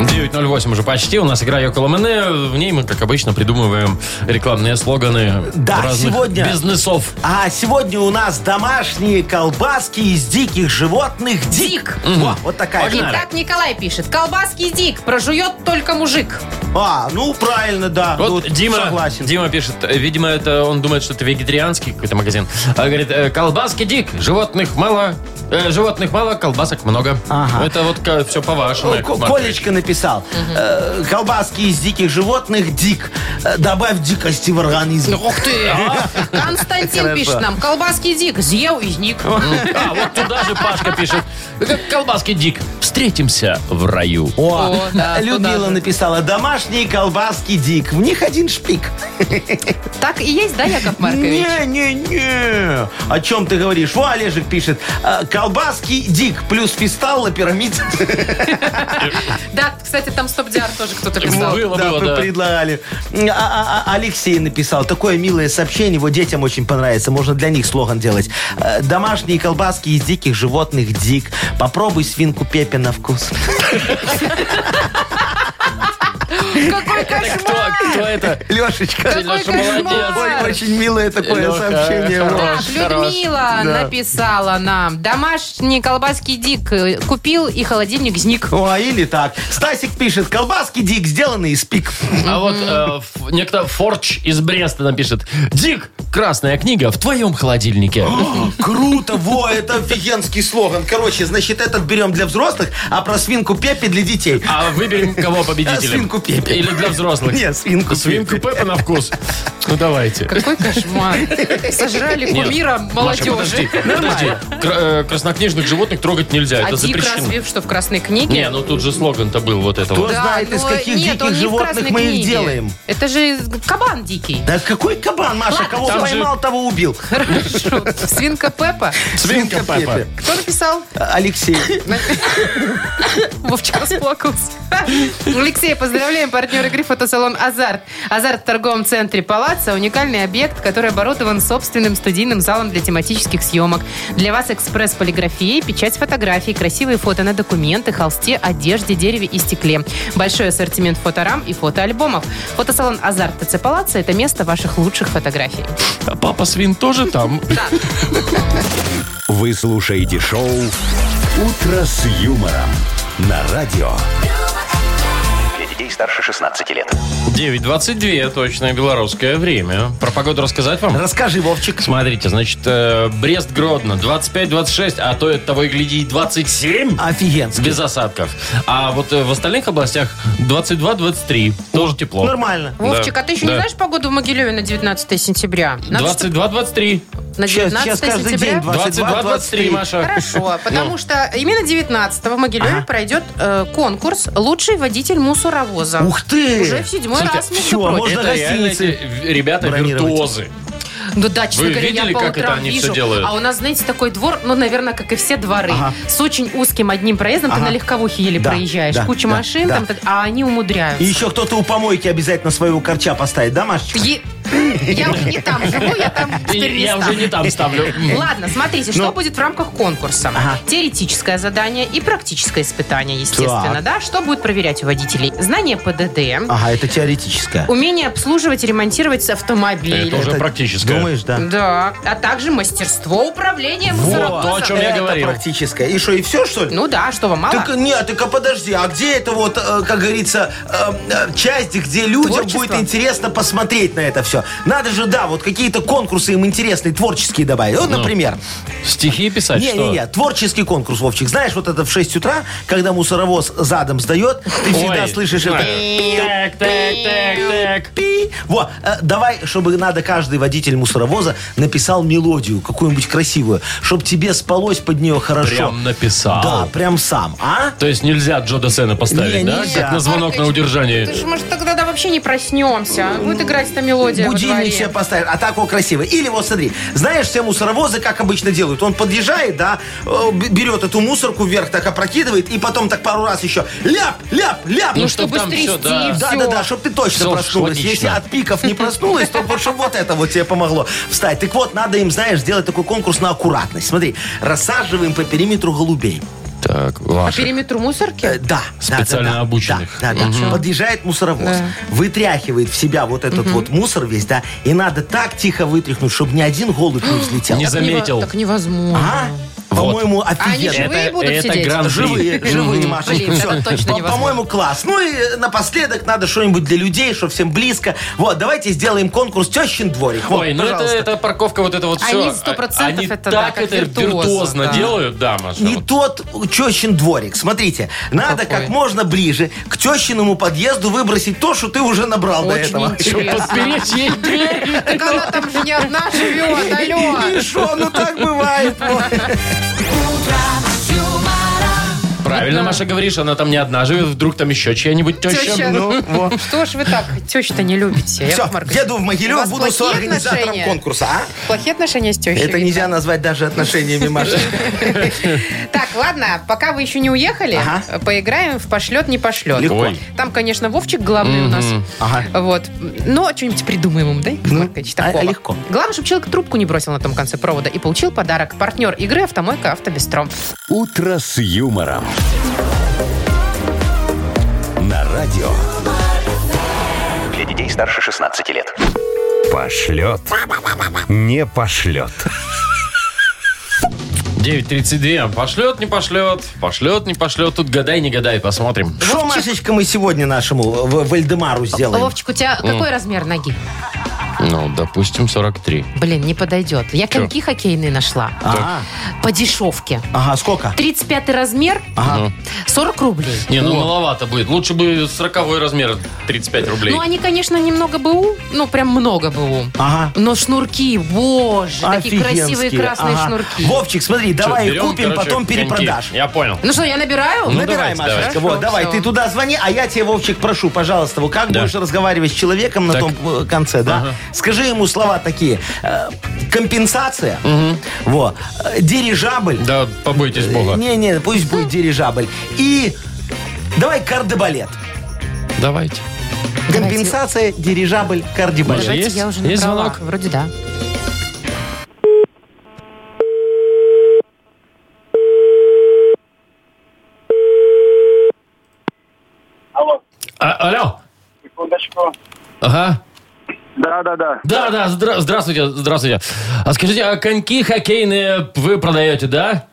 B: 908 уже почти. У нас игра Йокола В ней мы, как обычно, придумываем рекламные слоганы
D: Да,
B: разных
D: сегодня-
B: бизнесов.
D: А сегодня у нас домашние колбаски из диких животных дик. Во, вот такая.
B: Погнали.
C: Итак, Николай пишет. Колбаски дик, прожует только мужик.
D: А, ну правильно, да.
B: Вот
D: тут
B: Дима,
D: Согласен.
B: Дима пишет, э, видимо, это он думает, что это вегетарианский какой-то магазин. А говорит, э, колбаски дик, животных мало, э, животных мало, колбасок много.
D: Ага.
B: Это вот все по-вашему.
D: О, Ко-
B: Яков Маркович.
D: Колечка написал. Э, Колбаски из диких животных дик. Э, Добавь дикости в организм.
C: Ух ты! Константин
D: Хорошо.
C: пишет нам. Колбаски дик, съел и сник.
B: А, вот туда же Пашка пишет. Как колбаски дик. Встретимся в раю.
D: О,
C: О,
D: э,
C: да, туда
D: Людмила
C: же.
D: написала. Домашние колбаски дик. В них один шпик.
C: Так и есть, да, Яков Маркович?
D: Не-не-не. О чем ты говоришь? Во, Олежек пишет. э, Колбаски дик плюс писталла пирамид.
C: Да, кстати, там стоп-диар тоже кто-то писал.
B: Было,
D: Да,
B: было,
D: вы
B: да.
D: предлагали. А- а- а- Алексей написал. Такое милое сообщение. Его детям очень понравится. Можно для них слоган делать. Э, Домашние колбаски из диких животных дик. Попробуй свинку Пепе на вкус.
C: Какой кошмар!
B: Кто, кто Что это?
D: Лешечка.
C: Ты, Леша, молодец.
D: Ой, очень милое такое
B: Лёха,
D: сообщение.
B: хорош.
D: Вот.
C: Так, Людмила
D: хорош, да.
C: написала нам. Домашний колбаски Дик э, купил и холодильник зник.
D: О, или так. Стасик пишет, колбаски Дик сделаны из пик.
B: А вот э, ф- некто Форч из Бреста напишет. Дик, красная книга в твоем холодильнике.
D: Круто, во, это офигенский слоган. Короче, значит, этот берем для взрослых, а про свинку Пеппи для детей.
B: А выберем кого победителем?
D: А, свинку Пеппи.
B: Или для взрослых?
D: Нет, свинку
B: Свинку
D: Пеппи.
B: Пеппа на вкус. Ну давайте.
C: Какой кошмар. Сожрали
B: Нет,
C: кумира
B: Маша, подожди,
C: молодежи.
B: подожди. Кра- э, Краснокнижных животных трогать нельзя,
C: А
B: это
C: Дик
B: запрещено.
C: разве что в красной книге?
B: Не, ну тут же слоган-то был вот это
D: Кто
B: вот.
C: Да,
D: знает, из
C: но
D: каких
C: нет, он не
D: диких
C: в
D: животных
C: красной
D: мы их
C: книге.
D: делаем?
C: Это же кабан дикий.
D: Да какой кабан, Маша, кого
B: там же-
D: поймал, того убил.
C: Хорошо. Свинка Пеппа.
B: Свинка Пеппа.
D: Пеппи.
C: Кто написал?
D: Алексей.
C: Вовчик расплакался. Алексей, поздравляем партнер игры фотосалон «Азарт». «Азарт» в торговом центре «Палаца» – уникальный объект, который оборудован собственным студийным залом для тематических съемок. Для вас экспресс полиграфии, печать фотографий, красивые фото на документы, холсте, одежде, дереве и стекле. Большой ассортимент фоторам и фотоальбомов. Фотосалон «Азарт» ТЦ «Палаца» – это место ваших лучших фотографий.
B: А папа свин тоже там?
A: Вы слушаете шоу «Утро с юмором» на радио.
E: Для детей старше 16 лет.
B: 9.22, точное белорусское время. Про погоду рассказать вам?
D: Расскажи, Вовчик.
B: Смотрите, значит, э, Брест-Гродно 25-26, а то это того и гляди и 27.
D: Офигенский.
B: Без осадков. А вот э, в остальных областях 22-23. Тоже тепло.
D: Нормально.
C: Вовчик, а ты еще не
B: Да.
C: знаешь погоду в Могилеве на 19 сентября? Надо, чтоб
B: 22-23.
C: на
D: Сейчас,
C: 19
D: сейчас каждый
C: сентября?
D: день 22,
B: 22-23,
D: 23.
B: Маша.
C: Хорошо, потому что именно 19 в Могилеве пройдет э, конкурс «Лучший водитель мусоровоза».
D: Ух ты!
C: Уже в седьмой
B: Слушайте,
C: раз, между
D: всё,
C: прочим.
D: можно
B: Это реально эти
D: гостиницы
B: в- ребята
D: бронировать.
B: виртуозы.
C: Ну да, честно
B: Вы
C: говоря,
B: видели,
C: я по
B: как это
C: утрам
B: они
C: вижу.
B: всё делают?
C: А у нас, знаете, такой двор, ну, наверное, как и все дворы, с очень узким одним проездом, ты
D: Ага.
C: на легковухе еле
D: Да,
C: проезжаешь,
D: да,
C: куча
D: да,
C: машин,
D: да.
C: там, так- а они умудряются.
D: И еще кто-то у помойки обязательно своего корча поставит, да, Машечка?
C: Е- Я уже не там живу, я там
B: И
C: теперь не
B: Я
C: стану.
B: уже не там ставлю.
C: Ладно, смотрите, что будет в рамках конкурса.
D: Ну. Ага.
C: Теоретическое задание и практическое испытание, естественно,
D: Так. А.
C: да? Что будет проверять у водителей? Знание ПДД,
D: Ага, это теоретическое.
C: умение обслуживать и ремонтировать автомобили.
B: Это уже
D: Это
B: практическое.
D: Думаешь, да?
C: Да, а также мастерство управления мусоровозом.
B: то, о чем я
D: это
B: говорил.
D: практическое. И что, и все, что ли?
C: Ну да, что вам мало?
D: Так, нет, так а подожди, а где это вот, э, как говорится, э, э, часть, где людям
C: Творчество?
D: будет интересно посмотреть на это все? Надо же, да, вот какие-то конкурсы им интересные, творческие добавить.
B: Ну.
D: Вот, например,
B: Стихи писать, что?
D: не-не-не, творческий конкурс, Вовчик. Знаешь, вот это в 6 утра, когда мусоровоз задом сдает, ты всегда
B: Ой,
D: слышишь
B: знаю.
D: это...
B: Так, так, так, так.
D: Пи. Во, э, давай, чтобы надо каждый водитель мусоровоза написал мелодию какую-нибудь красивую, чтобы тебе спалось под нее хорошо.
B: Прям написал.
D: Да, прям сам, а?
B: То есть нельзя Джо Досена поставить,
D: Не,
B: да?
D: нельзя.
B: Как на звонок на
C: Маркович,
B: удержание.
C: Ты же, может, тогда да, вообще не проснемся. Будет играть эта мелодия во дворе.
D: Э, Будильник себе поставишь, а так вот красиво. Или вот смотри, знаешь, все мусоровозы как обычно делают. Он подъезжает, да, э, б- берет эту мусорку вверх, так опрокидывает, и потом так пару раз еще ляп, ляп, ляп.
B: Ну,
C: Ну,
B: чтоб
C: чтобы
B: там всё,
C: стрясти,
B: да.
C: и
D: Да,
C: всё.
D: да, да, чтобы ты точно
B: Всё
D: проснулась.
B: логично.
D: Если от пиков не проснулась, то чтобы вот это вот тебе помогло встать. Так вот, надо им, знаешь, сделать такой конкурс на аккуратность. Смотри, рассаживаем по периметру голубей.
B: Так,
C: По
B: ваши.
C: периметру
D: Э,
C: А мусорки?
D: Да. да,
B: Специально
D: да, да,
B: обученных.
D: Да, да, да. Подъезжает мусоровоз, вытряхивает в себя вот этот вот мусор весь, да, и надо так тихо вытряхнуть, чтобы ни один голубь не взлетел.
B: Не
C: Так нево-
B: заметил.
C: Так невозможно.
D: А? По-моему,
C: Они
D: офигенно.
C: живые будут
B: это
C: сидеть?
B: гран-при.
D: Живые, живые,
C: Мгм.
D: Маша.
C: Блин, это точно невозможно.
D: По-моему, класс. Ну и напоследок надо что-нибудь для людей, что всем близко. Вот, давайте сделаем конкурс «Тещин дворик». Вот,
B: Ой, ну это,
D: пожалуйста.
B: это парковка, вот это вот
C: Они
B: все.
C: 100%
B: Они
C: это, да,
B: так
C: как
B: это
C: виртуозно,
B: виртуозно
C: да.
B: делают, да, Маша.
D: Не
B: вот.
D: тот тещин дворик. Смотрите, надо
C: какой?
D: как можно ближе к тещиному подъезду выбросить то, что ты уже набрал до
C: Очень
D: этого.
B: Чтоб
C: интересно.
B: подберечь ей дверь.
C: Так она там же не одна живет, алло.
D: И шо, ну так бывает. вот.
B: Правильно, Маша, говоришь, она там не одна живет, вдруг там еще чья-нибудь теща.
C: Теща,
D: Ну, вот.
C: Что ж вы так тещу-то не любите,
D: Все,
C: Яков Маркович?
D: еду
C: У
D: в Могилев,
C: вас
D: буду
C: плохие
D: соорганизатором
C: отношения?
D: конкурса, а?
C: Плохие отношения с тещей.
D: Это нельзя назвать даже отношениями, Маша.
C: Так, ладно, пока вы еще не уехали,
D: Ага.
C: поиграем в пошлет, не пошлет.
D: Легко.
B: Ой.
C: Там, конечно, Вовчик главный у нас.
D: Ага.
C: Вот. Но что-нибудь придумаем ему, да, Яков Маркович,
D: а- а
C: такого.
D: легко.
C: Главное, чтобы человек трубку не бросил на том конце провода и получил подарок. Партнер игры «Автомойка Автобестро».
A: «Утро с юмором». На радио.
E: Для Для детей старше 16 лет.
I: Пошлет. Не пошлет.
B: 9.32. Пошлет, не пошлет. Пошлет, не пошлет. Тут гадай, не гадай. Посмотрим.
D: Что, Машечка, мы сегодня нашему э, в- Вальдемару сделаем?
C: Вовчик, у тебя какой размер ноги?
B: Ну, допустим, 43.
C: Блин, не подойдет. Я
B: Чё?
C: коньки хоккейные нашла.
D: Ага,
C: По дешевке.
D: ага, сколько?
C: 35 размер, 40 рублей.
B: Не, ну маловато будет. Лучше бы 40 размер 35 рублей.
C: Ну, они, конечно, немного БУ, ну, прям много БУ.
D: Ага.
C: Но шнурки, боже, такие красивые
D: Офигенские,
C: красные
D: ага.
C: шнурки.
D: Вовчик, смотри,
B: Чё,
D: давай их
B: берем,
D: купим,
B: короче,
D: потом
B: коньки.
D: перепродаж.
B: Я понял.
C: Ну что, я набираю?
B: Ну,
D: Набирай,
B: давайте,
D: Машечка.
C: давай.
D: Вот, давай,
C: Хорошо.
D: ты туда звони, а я тебе, Вовчик, прошу, пожалуйста, вот как
B: Да.
D: будешь разговаривать с человеком на
B: Так.
D: том э, конце, да?
B: Ага.
D: Скажи ему слова такие. э, компенсация, вот, э, дирижабль.
B: Да, побойтесь бога.
D: Не-не, пусть будет дирижабль. И давай кардебалет.
B: Давайте.
C: Давайте.
D: Компенсация, дирижабль, кардебалет.
B: Маша,
C: Давайте
B: есть?
C: я уже
B: Есть
C: набрала.
B: звонок?
C: Вроде да.
H: Алло,
B: А, алло.
H: секундочку.
B: Ага.
H: Да-да-да.
B: Да, да, здра- здравствуйте, здравствуйте. А скажите, а коньки хоккейные вы продаете, да?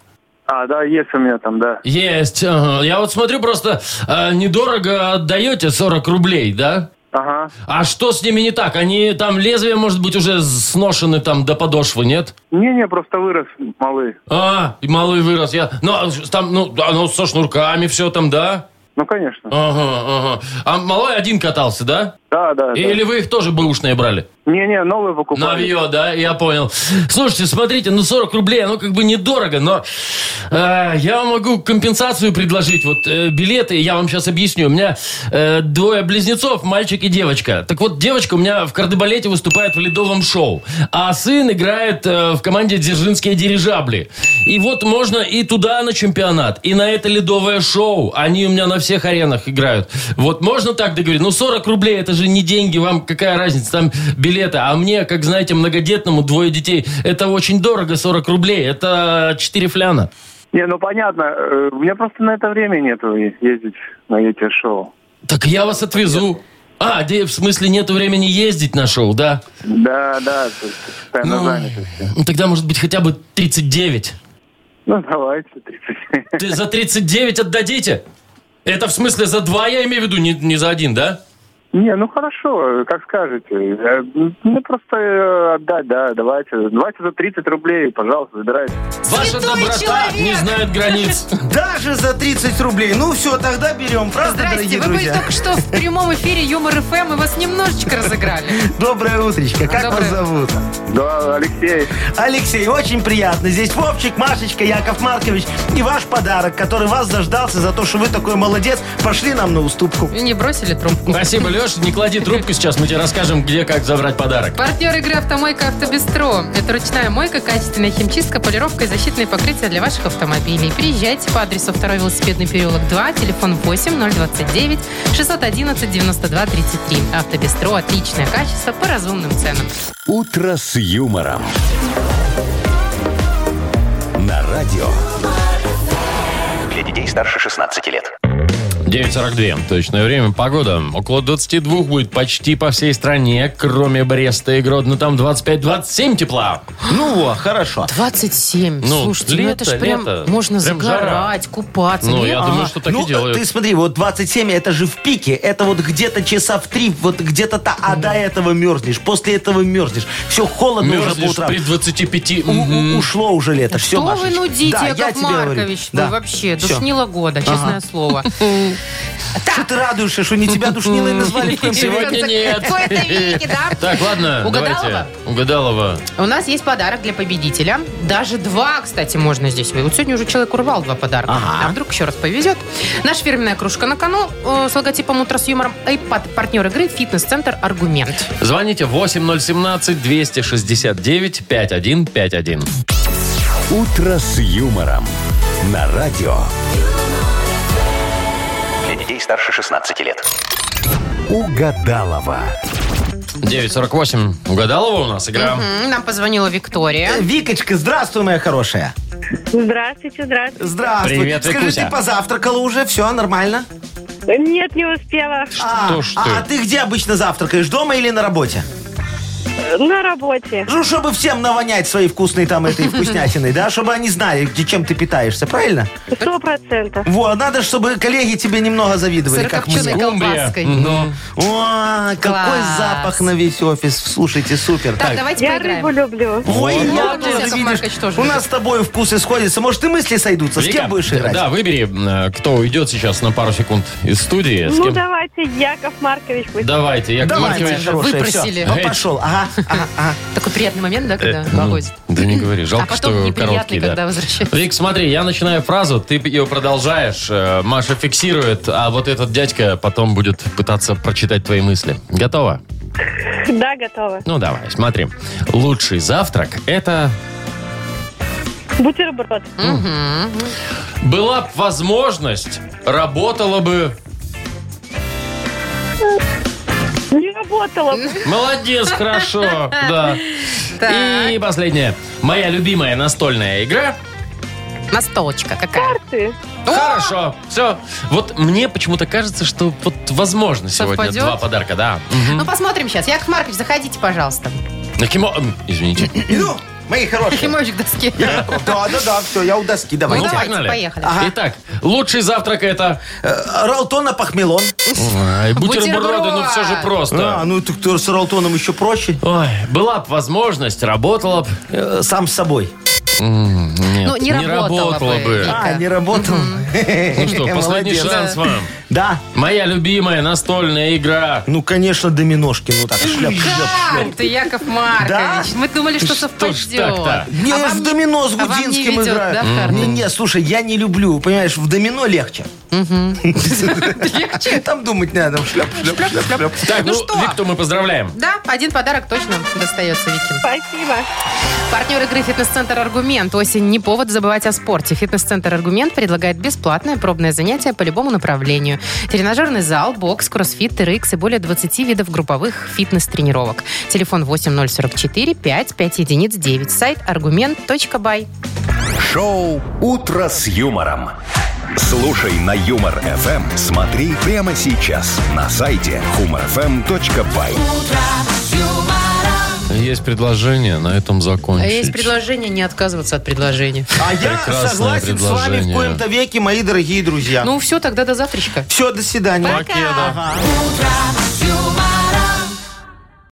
H: А, да, есть у меня там, да.
B: Есть. ага. Я вот смотрю, просто э, недорого отдаете 40 рублей, да?
H: Ага.
B: А что с ними не так? Они там лезвие, может быть, уже сношены там до подошвы, нет?
H: Не-не, просто вырос, малый.
B: А, и малый вырос. Я... Ну, а ж- там, ну, оно со шнурками все там, да?
H: Ну, конечно.
B: Ага, ага. А малой один катался, да?
H: Да, да, да.
B: Или вы их тоже бэушные брали?
H: Не-не, новый покупали.
B: Навье, да, я понял. Слушайте, смотрите, ну 40 рублей, оно как бы недорого, но э, я вам могу компенсацию предложить. Вот э, билеты, я вам сейчас объясню. У меня э, двое близнецов, мальчик и девочка. Так вот, девочка у меня в кардебалете выступает в ледовом шоу, а сын играет э, в команде «Дзержинские дирижабли». И вот можно и туда на чемпионат, и на это ледовое шоу. Они у меня на всех аренах играют. Вот можно так договорить? Ну, 40 рублей, это же не деньги, вам какая разница, там билеты. А мне, как знаете, многодетному, двое детей, это очень дорого, 40 рублей, это 4 фляна.
H: Не, ну понятно. э, У меня просто на это время нету е- ездить на эти шоу.
B: Так я вас отвезу. А, де- в смысле, нет времени ездить на шоу, да?
H: Да, да, то есть постоянно
B: Ну.
H: заняты все.
B: Ну, Тогда, может быть, хотя бы 39.
H: Ну, давайте, 30.
B: Ты за 39 отдадите? Это в смысле за два я имею в виду, не, не за один, да?
H: Не, ну хорошо, э, как скажете. Э, Ну, просто э, отдать, да, давайте. Давайте за 30 рублей, пожалуйста, забирайте.
B: Ваша
C: Святой
B: доброта
C: человек!
B: не знает границ.
D: Даже за 30 рублей. Ну все, тогда берем, правда,
C: Здрасте,
D: дорогие
C: вы были
D: друзья?
C: только что в прямом эфире Юмор ФМ, и вас немножечко разыграли.
D: Доброе утречко. Как
C: Доброе.
D: вас зовут?
H: Да, Алексей.
D: Алексей, очень приятно. Здесь Вовчик, Машечка, Яков Маркович и ваш подарок, который вас дождался за то, что вы такой молодец, пошли нам на уступку.
C: И не бросили трубку.
B: Спасибо, Леша. Не клади трубку сейчас, мы тебе расскажем, где как забрать подарок.
C: Партнер игры «Автомойка Автобестро». Это ручная мойка, качественная химчистка, полировка и защитные покрытия для ваших автомобилей. Приезжайте по адресу 2 велосипедный переулок 2, телефон 8 029 611 92 33. «Автобестро» – отличное качество по разумным ценам.
A: «Утро с юмором». На радио.
E: Для детей старше 16 лет.
B: 9.42. Точное время. Погода. Около 22 будет почти по всей стране, кроме Бреста и Гродно. Там 25-27 тепла.
D: Ну во, хорошо.
C: 27.
B: Ну,
C: Слушайте, ну это ж
B: лето,
C: прям
B: лето.
C: можно
B: Прям
C: загорать, купаться.
B: Ну,
C: Не,
B: я
C: а.
B: думаю, что так
D: ну,
B: и делают.
D: ты смотри, вот 27, это же в пике. Это вот где-то часа в три, вот где-то та, а до этого мерзнешь, после этого мерзнешь. Все
B: Ну,
D: холодно уже по
B: Мерзнешь
D: утрам.
B: при 25.
D: У- у-
B: Мгм.
D: ушло уже лето. Все,
C: Что вы нудите, Яков Маркович? Вы
D: Да.
C: вообще
D: Всё.
C: душнило года, честное слово.
D: Что ты радуешься, что не тебя душнилой назвали в конце?
B: Сегодня нет.
C: В кои-то веки, да?
B: Так, ладно,
C: Угадалова?
B: давайте. Угадалова.
C: У нас есть подарок для победителя. Даже два, кстати, можно здесь. Вот сегодня уже человек урвал два подарка.
D: Ага.
C: А вдруг еще раз повезет. Наша фирменная кружка на кону э, с логотипом «Утро с юмором» и под- партнер игры «Фитнес-центр Аргумент».
B: Звоните 8017-269-5151.
A: «Утро с юмором». На радио.
E: Для детей старше 16 лет.
A: Угадалова.
B: 9.48. Угадалова у нас игра.
C: М, Нам позвонила Виктория.
D: Э,
B: Э,
D: Викочка, здравствуй, моя хорошая.
F: Здравствуйте, здравствуйте.
D: Здравствуй.
B: Привет,
D: Скажи,
B: Викуся.
D: ты позавтракала уже? Все нормально?
F: Нет, не успела.
D: А,
B: Что ж
D: а-
B: ты.
D: а ты где обычно завтракаешь? Дома или на работе?
F: На работе.
D: Ну, чтобы всем навонять свои вкусные там этой вкуснятиной, да? Чтобы они знали, где- чем ты питаешься, правильно?
F: Сто процентов.
D: Вот, надо, чтобы коллеги тебе немного завидовали, как
C: Сырокопченой
D: мне.
C: колбаской.
B: Ну,
D: О, какой
C: Класс.
D: запах на весь офис. Слушайте, супер.
C: Так, давайте
F: Я
C: поиграем.
F: рыбу люблю.
C: Вот.
D: Ой, я
C: Вот у нас
D: тоже,
C: Яков
D: видишь,
C: Маркович тоже
D: у
C: любит.
D: нас с тобой вкусы сходятся. Может, и мысли сойдутся. С
B: Вика,
D: кем будешь играть?
B: Да, выбери, э, кто уйдет сейчас на пару секунд из студии. С
F: Ну,
B: кем...
F: давайте, Яков Маркович. пусть.
B: Давайте, Яков
D: Давайте,
B: Маркович.
D: хорошая, всё.
C: Выпросили.
D: Ну, пошел. Ага, ага, ага.
C: Такой приятный момент, да, когда
B: Ну,
C: выходит?
B: да не говори, жалко,
C: а потом
B: что
C: неприятный,
B: короткий, да.
C: когда возвращается.
B: Вик, смотри, я начинаю фразу, ты ее продолжаешь, э, Маша фиксирует, а вот этот дядька потом будет пытаться прочитать твои мысли. Готово?
F: Да, готова.
B: Ну, давай, смотри. Лучший завтрак – это...
F: Бутерброд.
B: Была б возможность, работала бы...
F: Не работала.
B: Молодец, хорошо, да.
C: Так.
B: И последнее. Моя любимая настольная игра
C: Настолочка какая?
F: Ты.
B: Хорошо, все. Вот мне почему-то кажется, что вот возможно сегодня
C: Совпадет?
B: два подарка, да.
C: Ну, посмотрим сейчас. Яков Маркович, заходите, пожалуйста.
B: Накимо... Извините.
D: Ну, мои хорошие.
C: Химович к доске.
D: Да, да, да, все, я у доски,
C: Ну,
D: давайте.
C: давайте, поехали.
D: Ага.
B: Итак, лучший завтрак это...
D: Э, Ралтона похмелон.
B: Ой, Бутерброды, ну все же
D: А,
B: просто.
D: ну ты кто с Ралтоном еще проще?
B: Ой, была бы возможность, работала бы.
D: Э, Сам с собой.
B: Нет,
C: Ну, не работала бы.
D: А,
C: Вика.
D: не работал.
B: Ну что, последний
D: Молодец.
B: шанс вам.
D: Да.
B: Моя любимая настольная игра.
D: Ну, конечно, доминошки. Ну так, шляп, шляп, шляп.
C: Как ты, Яков Маркович?
D: Да?
C: Мы думали, что
B: Что ж
C: совпадет.
B: так-то?
D: Не,
C: А вам
D: в домино с
C: а вам не
D: Гудинским
C: везет, да,
D: играю.
C: в карты?
D: не, не, слушай, я не люблю, понимаешь, в домино легче.
C: Легче.
D: Там думать не надо, шляп, шляп, шляп, шляп.
B: Так, ну,
C: Ну что?
B: Викту мы поздравляем.
C: Да, один подарок точно достается Вики.
F: Спасибо.
C: Партнер игры «Фитнес-центр Аргумент». Осень не повод забывать о спорте. «Фитнес-центр Аргумент» предлагает бесплатное пробное занятие по любому направлению. Тренажерный зал, бокс, кроссфит, ТРХ и более 20 видов групповых фитнес-тренировок. Телефон 8044 55 единиц 9. Сайт argument.by.
A: Шоу «Утро с юмором». Слушай на Юмор ФМ. Смотри прямо сейчас на сайте humorfm.by.
B: Есть предложение на этом закончить.
C: А Есть предложение не отказываться от предложения.
D: А я
B: Прекрасное
D: согласен с вами в
B: предложение.
D: коем-то веке, мои дорогие друзья.
C: Ну все, тогда до завтрачка.
D: Все, до свидания.
B: Покеда.
D: Ага.